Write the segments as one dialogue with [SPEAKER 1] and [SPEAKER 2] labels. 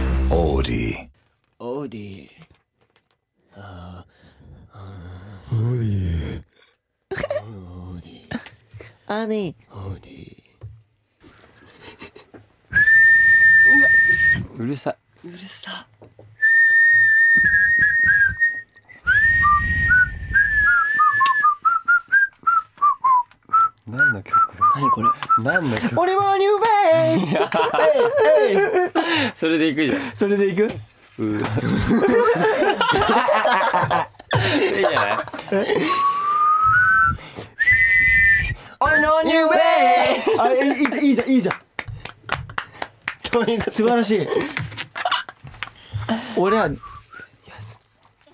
[SPEAKER 1] ディ。オーディ。
[SPEAKER 2] オーディ。オーディ。
[SPEAKER 3] アニ
[SPEAKER 2] オーディ。
[SPEAKER 4] うるさ
[SPEAKER 2] うるさ。
[SPEAKER 4] い何の曲
[SPEAKER 2] 何これ。
[SPEAKER 4] 何の曲
[SPEAKER 3] 俺はニューフェイ
[SPEAKER 4] それでいくじゃん
[SPEAKER 3] それでいく
[SPEAKER 4] うーいいじゃない
[SPEAKER 3] ニューフェ イあいいいいじゃんいいじゃん 素晴らしい 俺は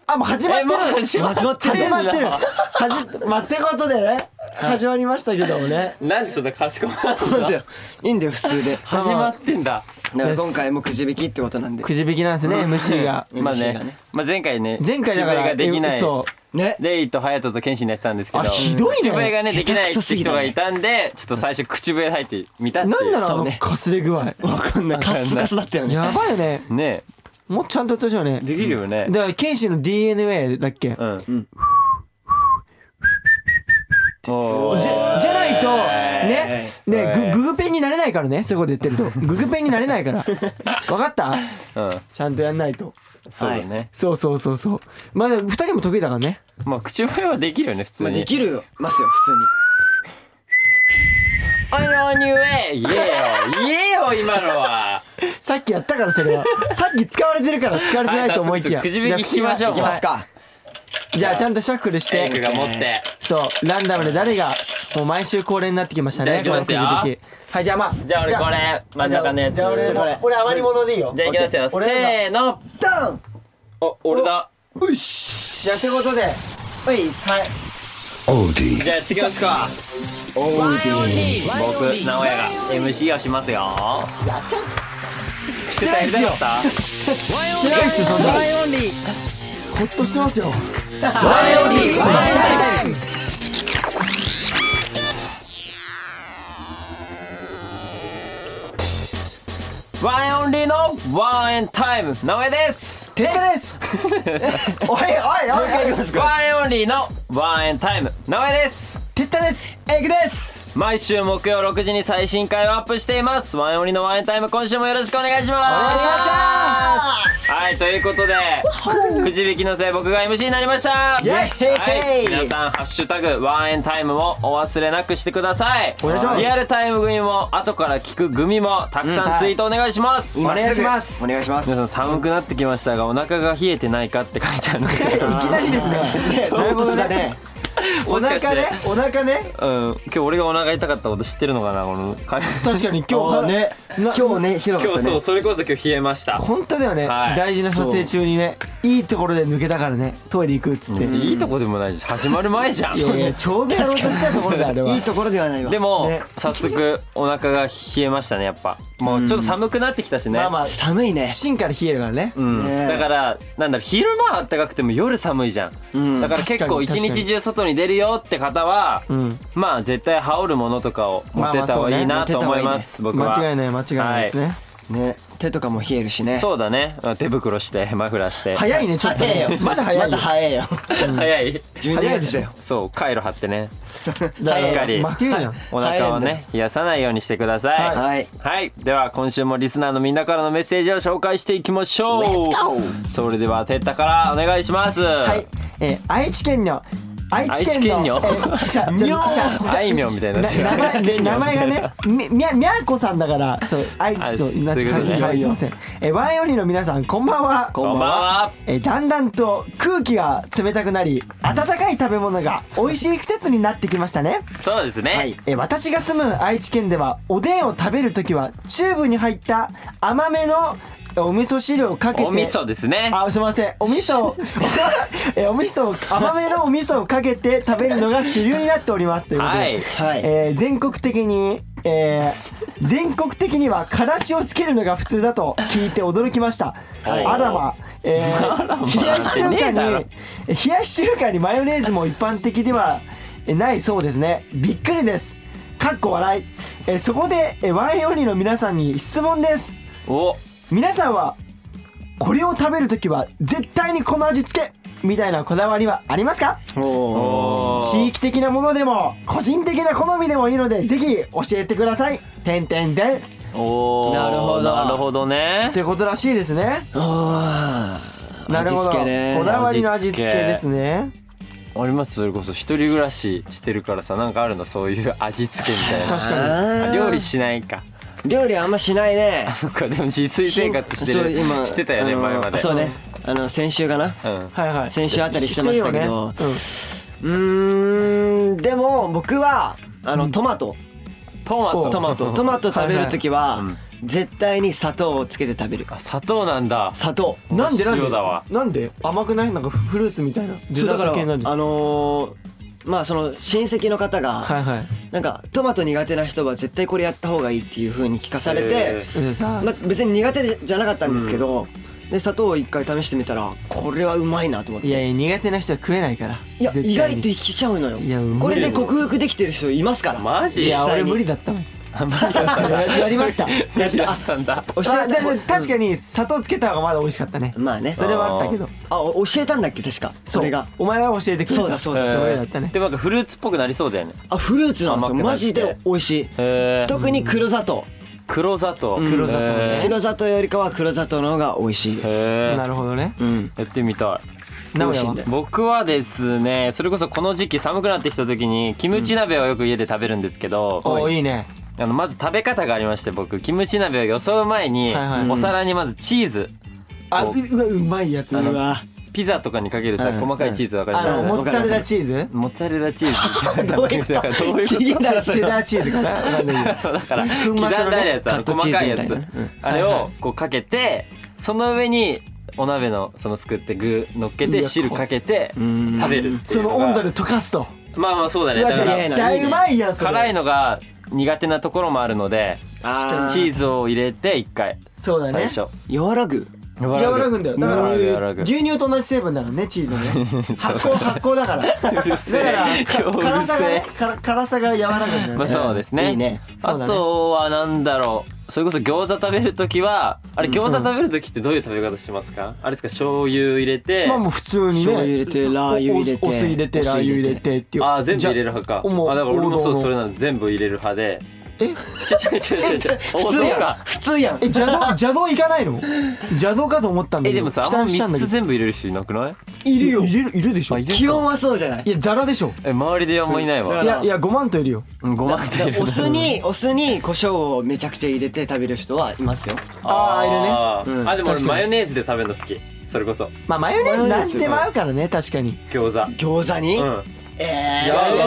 [SPEAKER 3] あもう始まってる
[SPEAKER 4] えもう始まってるんだ
[SPEAKER 3] 始まってる始まってことでね始まりましたけども ね
[SPEAKER 4] なんでそんなかしこまるん
[SPEAKER 2] 待っ
[SPEAKER 4] だ
[SPEAKER 2] ていいんだよ普通で。
[SPEAKER 4] 始まってんだ
[SPEAKER 2] だから今回もくじ引きってことなんで。
[SPEAKER 3] くじ引きなんですね MC が
[SPEAKER 2] うん
[SPEAKER 4] まあ
[SPEAKER 2] MC
[SPEAKER 4] ね
[SPEAKER 2] がね
[SPEAKER 4] まあ前回ね
[SPEAKER 3] 前回だから
[SPEAKER 4] 口笛ができない
[SPEAKER 3] えそ
[SPEAKER 2] ね。
[SPEAKER 4] レイとハヤトとケンシンでやってたんですけど
[SPEAKER 3] あひどいね
[SPEAKER 4] 口笛がねできない
[SPEAKER 2] 下
[SPEAKER 4] っ
[SPEAKER 2] 手くそす
[SPEAKER 4] て
[SPEAKER 2] ぎ
[SPEAKER 4] 人
[SPEAKER 2] たね
[SPEAKER 4] がいたんでちょっと最初口笛入ってみたっ
[SPEAKER 3] う
[SPEAKER 4] てい
[SPEAKER 3] なん
[SPEAKER 4] う
[SPEAKER 3] だろうあ
[SPEAKER 2] そう
[SPEAKER 3] の
[SPEAKER 2] ね
[SPEAKER 3] かすれ具合
[SPEAKER 2] わかんない。カスカスだったよね。
[SPEAKER 3] やばいよね
[SPEAKER 4] ね
[SPEAKER 3] もうちゃんとやってほしいよね
[SPEAKER 4] できるよね
[SPEAKER 3] だから剣士の DNA だっけ、
[SPEAKER 4] うん
[SPEAKER 2] ん
[SPEAKER 4] おー
[SPEAKER 3] じゃじゃないとねね
[SPEAKER 4] えー
[SPEAKER 3] グググペンになれないからねそういうこと言 ってるとググペンになれないから分かった
[SPEAKER 4] うん
[SPEAKER 3] ちゃんとやんないと
[SPEAKER 4] そうだね
[SPEAKER 3] そうそうそうそうまあ2人も得意だからね
[SPEAKER 4] まあ口笛はできるよね普通
[SPEAKER 2] まあ
[SPEAKER 4] に
[SPEAKER 2] できるよますよ普通に。
[SPEAKER 4] あのニューエイ言えよ言えよ今のは
[SPEAKER 3] さっきやったからそれ はさっき使われてるから使われてないと思いきや
[SPEAKER 4] はい早速くじ引きしましょう
[SPEAKER 3] じゃあ
[SPEAKER 4] 行きます
[SPEAKER 2] か。
[SPEAKER 3] じゃあちゃんとシャッフルし
[SPEAKER 4] エイク
[SPEAKER 3] て
[SPEAKER 4] が持って
[SPEAKER 3] そうランダムで誰がもう毎週恒例になってきましたね
[SPEAKER 4] じゃあ行きますよ
[SPEAKER 3] このくじ引きはいじゃあまあ
[SPEAKER 4] じゃあ俺これ真ん中のやつ
[SPEAKER 3] じゃあ俺
[SPEAKER 4] じゃあ
[SPEAKER 3] の俺余り物でいいよ
[SPEAKER 4] じゃあいきますよせ
[SPEAKER 3] 俺なんか
[SPEAKER 4] ーの
[SPEAKER 3] ダウン
[SPEAKER 4] お俺だ
[SPEAKER 3] じゃあということで
[SPEAKER 4] おいはい
[SPEAKER 1] オーディ。
[SPEAKER 4] じゃあやっていきますか
[SPEAKER 2] オーディ。
[SPEAKER 4] 僕名古屋が MC をしますよ
[SPEAKER 3] してないですよ
[SPEAKER 4] だった
[SPEAKER 3] してないですよそんなほっとしてますよ
[SPEAKER 4] ワンオンリーのワンエンタイム名古屋です
[SPEAKER 3] テッタですおいおいおいおい
[SPEAKER 4] ワンエンオンリーのワンエンタイム名古屋です
[SPEAKER 3] テッタですエグです
[SPEAKER 4] 毎週木曜6時に最新回をアップしていますワンオンリーのワンエンタイム今週もよろしくお願いします
[SPEAKER 3] お願いします
[SPEAKER 4] はいということでくじ引きのせい僕が MC になりました
[SPEAKER 3] イエイ
[SPEAKER 4] はい皆さん「ハッシュタグワンエンタイム」もお忘れなくしてください
[SPEAKER 3] お願いします
[SPEAKER 4] リアルタイム組も後から聞く組もたくさんツイートお願いします、
[SPEAKER 2] お
[SPEAKER 3] お願いします。
[SPEAKER 2] お願いします。
[SPEAKER 4] 皆さん寒くなってきましたがお腹が冷えてないかって書いてあるんですけど
[SPEAKER 3] いきなりですね
[SPEAKER 2] どういうことだ
[SPEAKER 3] ね
[SPEAKER 2] ね。
[SPEAKER 3] お
[SPEAKER 4] もしかして
[SPEAKER 3] 腹ねお腹ね
[SPEAKER 4] うん、今日俺がお腹痛かったこと知ってるのかなこの 会
[SPEAKER 3] 確かに
[SPEAKER 2] 今
[SPEAKER 3] 今
[SPEAKER 2] 日
[SPEAKER 3] 日
[SPEAKER 2] ね。
[SPEAKER 3] な
[SPEAKER 2] 今日ね広
[SPEAKER 4] 今日
[SPEAKER 2] がった
[SPEAKER 4] そう
[SPEAKER 2] ね。
[SPEAKER 4] それこそ今日冷えました
[SPEAKER 3] 本当だよね
[SPEAKER 4] はい
[SPEAKER 3] 大事な撮影中にねいいところで抜けたからねトイレ行くっつって
[SPEAKER 4] 別にいいとこでもないし始まる前じゃん
[SPEAKER 3] いやいやちょうどやろうとしたところであれはい
[SPEAKER 2] いところではないわ。
[SPEAKER 4] でも、
[SPEAKER 3] ね
[SPEAKER 4] 早速お腹が冷えましたねやっぱもうちょっと寒くなってきたしね、
[SPEAKER 3] まあまあ
[SPEAKER 2] 寒いね。
[SPEAKER 3] 芯から冷えるからね
[SPEAKER 4] うん
[SPEAKER 2] ねえ
[SPEAKER 4] だからなんだろう昼間は暖かくても夜寒いじゃん、だから結構
[SPEAKER 3] 確
[SPEAKER 4] 一
[SPEAKER 3] かに
[SPEAKER 4] 日中外に出るよって方は、
[SPEAKER 3] ん
[SPEAKER 4] まあ絶対羽織るものとかを持ってった方がいい
[SPEAKER 3] ま
[SPEAKER 4] な
[SPEAKER 3] あ
[SPEAKER 2] まあそうね
[SPEAKER 4] と思います、僕は
[SPEAKER 3] 間違いない間違いないですね
[SPEAKER 2] ね手とかも冷えるしね。
[SPEAKER 4] そうだねあ手袋してマフラーして
[SPEAKER 3] 早いねちょっとねまだ早いよ
[SPEAKER 2] 早いよ。
[SPEAKER 4] 早い
[SPEAKER 2] 12
[SPEAKER 3] 早いで
[SPEAKER 2] 月
[SPEAKER 3] しょ
[SPEAKER 2] だよ。
[SPEAKER 4] そうカイロ貼ってね
[SPEAKER 3] だ
[SPEAKER 4] しっかり
[SPEAKER 3] 真冬じゃん
[SPEAKER 4] お腹をね冷やさないようにしてください
[SPEAKER 3] はい
[SPEAKER 2] はい。
[SPEAKER 4] はい、では今週もリスナーのみんなからのメッセージを紹介していきましょう
[SPEAKER 2] go
[SPEAKER 4] それではテッタからお願いしますは
[SPEAKER 3] はい、えー、愛知県の愛知県のえ
[SPEAKER 4] 愛知県の
[SPEAKER 3] ーじゃじゃじゃじゃ
[SPEAKER 4] あいみょんみたい な
[SPEAKER 3] な名前名前がねみみやみやこさんだからそう愛知
[SPEAKER 4] あ
[SPEAKER 3] と同じ
[SPEAKER 4] そういうこと
[SPEAKER 3] 限
[SPEAKER 4] ね
[SPEAKER 3] りはいすいませんえーワンよりの皆さんこんばんは
[SPEAKER 4] こんばんは
[SPEAKER 3] えーだんだんと空気が冷たくなり暖かい食べ物が美味しい季節になってきましたね
[SPEAKER 4] そうですね、
[SPEAKER 2] はい
[SPEAKER 3] えー私が住む愛知県ではおでんを食べるときはチューブに入った甘めのお味噌汁をかけて
[SPEAKER 4] お味噌ですね
[SPEAKER 3] あ、すみません。お味噌 を、え、お味噌を、甘めのお味噌をかけて食べるのが主流になっておりますということで、
[SPEAKER 4] はい
[SPEAKER 2] はい
[SPEAKER 3] えー全国的に、えー全国的にはからしをつけるのが普通だと聞いて驚きました。
[SPEAKER 2] はい
[SPEAKER 3] あらま、えー冷やし中華に、
[SPEAKER 4] ねえだろ
[SPEAKER 3] 冷やし中華にマヨネーズも一般的ではえないそうですね。びっくりです。かっこ笑い。えーそこで、えーワンエンオンリーの皆さんに質問です。
[SPEAKER 4] お
[SPEAKER 3] 皆さんはこれを食べるときは絶対にこの味付けみたいなこだわりはありますか
[SPEAKER 2] おー
[SPEAKER 4] おー
[SPEAKER 3] 地域的なものでも個人的な好みでもいいのでぜひ教えてください。てんてんてんっ
[SPEAKER 4] おー
[SPEAKER 2] なるほど
[SPEAKER 4] なるほどね
[SPEAKER 3] てことらしいですね。
[SPEAKER 2] あー
[SPEAKER 3] なるほど。
[SPEAKER 2] 味
[SPEAKER 3] こ
[SPEAKER 2] 付けね
[SPEAKER 3] だわりの味付けですね。
[SPEAKER 4] ありますそれこそ一人暮らししてるからさなんかあるのそういう味付けみたいな
[SPEAKER 3] 確か
[SPEAKER 2] あー
[SPEAKER 4] あ料理しないか
[SPEAKER 2] 料理あんましないね
[SPEAKER 4] そっかでも自炊生活して
[SPEAKER 2] そう
[SPEAKER 4] る
[SPEAKER 2] 今
[SPEAKER 4] してたよね
[SPEAKER 2] あの
[SPEAKER 4] 前まで
[SPEAKER 2] そうねあの先週か
[SPEAKER 4] う
[SPEAKER 2] な
[SPEAKER 4] ん
[SPEAKER 3] に。はいはい。
[SPEAKER 2] 先週あたりしてましたけ
[SPEAKER 3] る
[SPEAKER 2] ど
[SPEAKER 3] よねうん
[SPEAKER 2] うーんでも僕はあのトマト
[SPEAKER 4] トマト
[SPEAKER 3] お
[SPEAKER 2] トマトトマト食べる時は
[SPEAKER 4] ん
[SPEAKER 2] 絶対に砂糖をつけて食べる
[SPEAKER 4] あ砂糖なんだ
[SPEAKER 2] 砂糖
[SPEAKER 3] なんでなんで
[SPEAKER 4] 塩だわ
[SPEAKER 3] なんで甘くないなんかフルーツみたいな
[SPEAKER 2] そうだか
[SPEAKER 3] デザー
[SPEAKER 2] ら
[SPEAKER 3] ト系なんで
[SPEAKER 2] あのーまあその親戚の方
[SPEAKER 3] は
[SPEAKER 2] が
[SPEAKER 3] いはい
[SPEAKER 2] なんかトマト苦手な人は絶対これやった方がいいっていう風に聞かされて
[SPEAKER 4] へ
[SPEAKER 3] でさ、
[SPEAKER 2] まあ別に苦手じゃなかったんですけどで砂糖を一回試してみたらこれはうまいなと思って
[SPEAKER 3] いやいや苦手な人は食えないから
[SPEAKER 2] いや
[SPEAKER 3] 絶対
[SPEAKER 2] 意
[SPEAKER 3] に
[SPEAKER 2] 外といけちゃうのよ
[SPEAKER 3] いや無理
[SPEAKER 2] これで克服できてる人いますから
[SPEAKER 4] マジ
[SPEAKER 3] いや俺無理
[SPEAKER 2] だ
[SPEAKER 3] だったもん
[SPEAKER 4] あんまりだ
[SPEAKER 3] ややりましたやっ
[SPEAKER 4] っただったんだ
[SPEAKER 2] 教え
[SPEAKER 3] あで
[SPEAKER 2] た
[SPEAKER 3] も確かに砂糖つけた方がまだ美味しかったね、
[SPEAKER 2] まあね
[SPEAKER 3] それはあったけど
[SPEAKER 2] あお教えたんだっけ確かそ
[SPEAKER 3] そう
[SPEAKER 2] れが
[SPEAKER 3] お前は教えてくれた
[SPEAKER 2] そうだそうだ
[SPEAKER 3] す
[SPEAKER 2] そう
[SPEAKER 3] ご
[SPEAKER 2] だ
[SPEAKER 3] いだったね
[SPEAKER 4] でもなんかフルーツっぽくなりそうだよね
[SPEAKER 2] あフルーツなんです
[SPEAKER 4] 甘
[SPEAKER 2] よ
[SPEAKER 4] くな
[SPEAKER 2] マ
[SPEAKER 4] くて
[SPEAKER 2] ジで美味しい
[SPEAKER 4] へー
[SPEAKER 2] 特に黒砂糖
[SPEAKER 4] 黒砂糖
[SPEAKER 3] 黒砂糖ね
[SPEAKER 4] へー
[SPEAKER 2] 白砂糖よりかは黒砂糖の方が美味しいです
[SPEAKER 4] へー
[SPEAKER 3] なるほどね
[SPEAKER 2] うん
[SPEAKER 4] やってみたい
[SPEAKER 3] 名古屋
[SPEAKER 2] 美味しいんだ
[SPEAKER 3] は
[SPEAKER 2] よ
[SPEAKER 4] 僕はですねそれこそこの時期寒くなってきた時にキムチ鍋をよく家で食べるんですけど、
[SPEAKER 3] おいいね
[SPEAKER 4] あのまず食べ方がありまして僕キムチ鍋をよそう前に、
[SPEAKER 3] はいはい
[SPEAKER 4] お皿にまずチーズ
[SPEAKER 3] あ
[SPEAKER 4] お
[SPEAKER 3] ううわうまいやつだ
[SPEAKER 2] う
[SPEAKER 3] わ
[SPEAKER 2] わ
[SPEAKER 4] ピザとかにかけるさ、
[SPEAKER 2] うん
[SPEAKER 4] 細かいチーズわかり
[SPEAKER 3] あ
[SPEAKER 4] ます
[SPEAKER 3] のモッツァレラチーズ
[SPEAKER 4] モッツァレラチーズ
[SPEAKER 2] どう いうこと
[SPEAKER 4] だからどういうこと
[SPEAKER 2] 違う
[SPEAKER 3] チェ
[SPEAKER 2] だろ
[SPEAKER 3] ダ
[SPEAKER 2] それ
[SPEAKER 3] ーチーズかなわかんないけど
[SPEAKER 4] だから
[SPEAKER 3] 粉末
[SPEAKER 4] 刻ん
[SPEAKER 3] のね
[SPEAKER 4] だやつあの
[SPEAKER 2] カットチ
[SPEAKER 4] 細か
[SPEAKER 2] ーズ
[SPEAKER 4] い
[SPEAKER 2] み
[SPEAKER 4] や
[SPEAKER 2] たい
[SPEAKER 4] つ
[SPEAKER 2] なねうん
[SPEAKER 4] あれ
[SPEAKER 3] はいは
[SPEAKER 4] をこうかけてその上にお鍋のそのすくって具乗っけ
[SPEAKER 3] いや
[SPEAKER 4] て
[SPEAKER 3] こ
[SPEAKER 4] 汁かけて
[SPEAKER 2] ん
[SPEAKER 4] 食べるってい
[SPEAKER 3] そう
[SPEAKER 4] が
[SPEAKER 3] の温度で溶かすと
[SPEAKER 4] まあまあそうだね
[SPEAKER 3] うわ
[SPEAKER 4] だから
[SPEAKER 2] いやい
[SPEAKER 3] 絶
[SPEAKER 2] や
[SPEAKER 3] 対うまいやんそれ
[SPEAKER 4] 辛いのが苦手なところもあるので
[SPEAKER 2] あー
[SPEAKER 4] チーズを入れて一回
[SPEAKER 3] そうだ
[SPEAKER 4] 最
[SPEAKER 3] ね
[SPEAKER 4] 初
[SPEAKER 2] 和らぐ
[SPEAKER 4] 柔
[SPEAKER 3] 柔らぐんだよだから
[SPEAKER 4] 柔らぐ
[SPEAKER 3] 牛乳と同じ成分だからねチーズね発酵発酵だからだから
[SPEAKER 4] るせえ
[SPEAKER 3] か辛さが
[SPEAKER 4] うる
[SPEAKER 3] ねから辛さが柔らぐんだよ
[SPEAKER 4] ま
[SPEAKER 3] ね
[SPEAKER 4] あそうですね。
[SPEAKER 2] いいね
[SPEAKER 3] そうだ
[SPEAKER 4] あ
[SPEAKER 3] ね
[SPEAKER 4] とはなんだろう。それこそ餃子食べるときは、あれ餃子食べるときってどういう食べ方しますか？あれですか醤油入れて、
[SPEAKER 3] まあもう普通にね
[SPEAKER 2] 醤油入れてラー油入れて
[SPEAKER 3] おお酢入れて
[SPEAKER 2] お
[SPEAKER 3] ラ
[SPEAKER 2] 酢
[SPEAKER 3] ー油
[SPEAKER 2] 入れて
[SPEAKER 3] 入れてっていう
[SPEAKER 4] あー全部入れる
[SPEAKER 3] じ
[SPEAKER 4] 派か。
[SPEAKER 3] もう
[SPEAKER 4] あだから俺もそう
[SPEAKER 3] 王道の
[SPEAKER 4] それなの全部入れる派で。
[SPEAKER 3] ゃ
[SPEAKER 4] ちょちょちょちょ ちょ。
[SPEAKER 2] 普
[SPEAKER 4] 王
[SPEAKER 2] 通
[SPEAKER 4] 道
[SPEAKER 2] やん
[SPEAKER 4] か。
[SPEAKER 2] 普通やん
[SPEAKER 3] ええ邪 道邪道いかないの邪道かと思ったんだ
[SPEAKER 4] え
[SPEAKER 3] けど
[SPEAKER 4] でもさ、あ
[SPEAKER 3] 期
[SPEAKER 4] んま
[SPEAKER 3] 待しちゃうん
[SPEAKER 4] 三
[SPEAKER 3] だけ
[SPEAKER 4] つ
[SPEAKER 3] ど
[SPEAKER 4] 全部入れる人いなくない？
[SPEAKER 2] いるよ
[SPEAKER 3] いるいるでしょ
[SPEAKER 4] あい
[SPEAKER 3] い
[SPEAKER 4] る
[SPEAKER 2] 基本はそうじゃない
[SPEAKER 3] やザラでしょ
[SPEAKER 4] え周りであんまいないわ。
[SPEAKER 2] だ
[SPEAKER 3] い
[SPEAKER 2] から
[SPEAKER 3] やいや5万といるよ
[SPEAKER 4] うんごまんている。
[SPEAKER 2] お酢 にお酢に胡椒をめちゃくちゃ入れて食べる人はいますよ
[SPEAKER 4] あ
[SPEAKER 3] あ
[SPEAKER 4] ー
[SPEAKER 2] いるねうん
[SPEAKER 4] あでも
[SPEAKER 3] 確
[SPEAKER 4] 俺
[SPEAKER 3] かに
[SPEAKER 4] マヨネーズで食べるの好き。それこそ
[SPEAKER 3] まあマヨネーズ
[SPEAKER 2] マヨネ
[SPEAKER 3] な
[SPEAKER 2] ーズ
[SPEAKER 3] んでも合うからね確かに
[SPEAKER 4] 餃子。
[SPEAKER 2] 餃子に
[SPEAKER 4] うん。
[SPEAKER 2] え
[SPEAKER 4] い
[SPEAKER 2] え
[SPEAKER 4] や
[SPEAKER 3] いや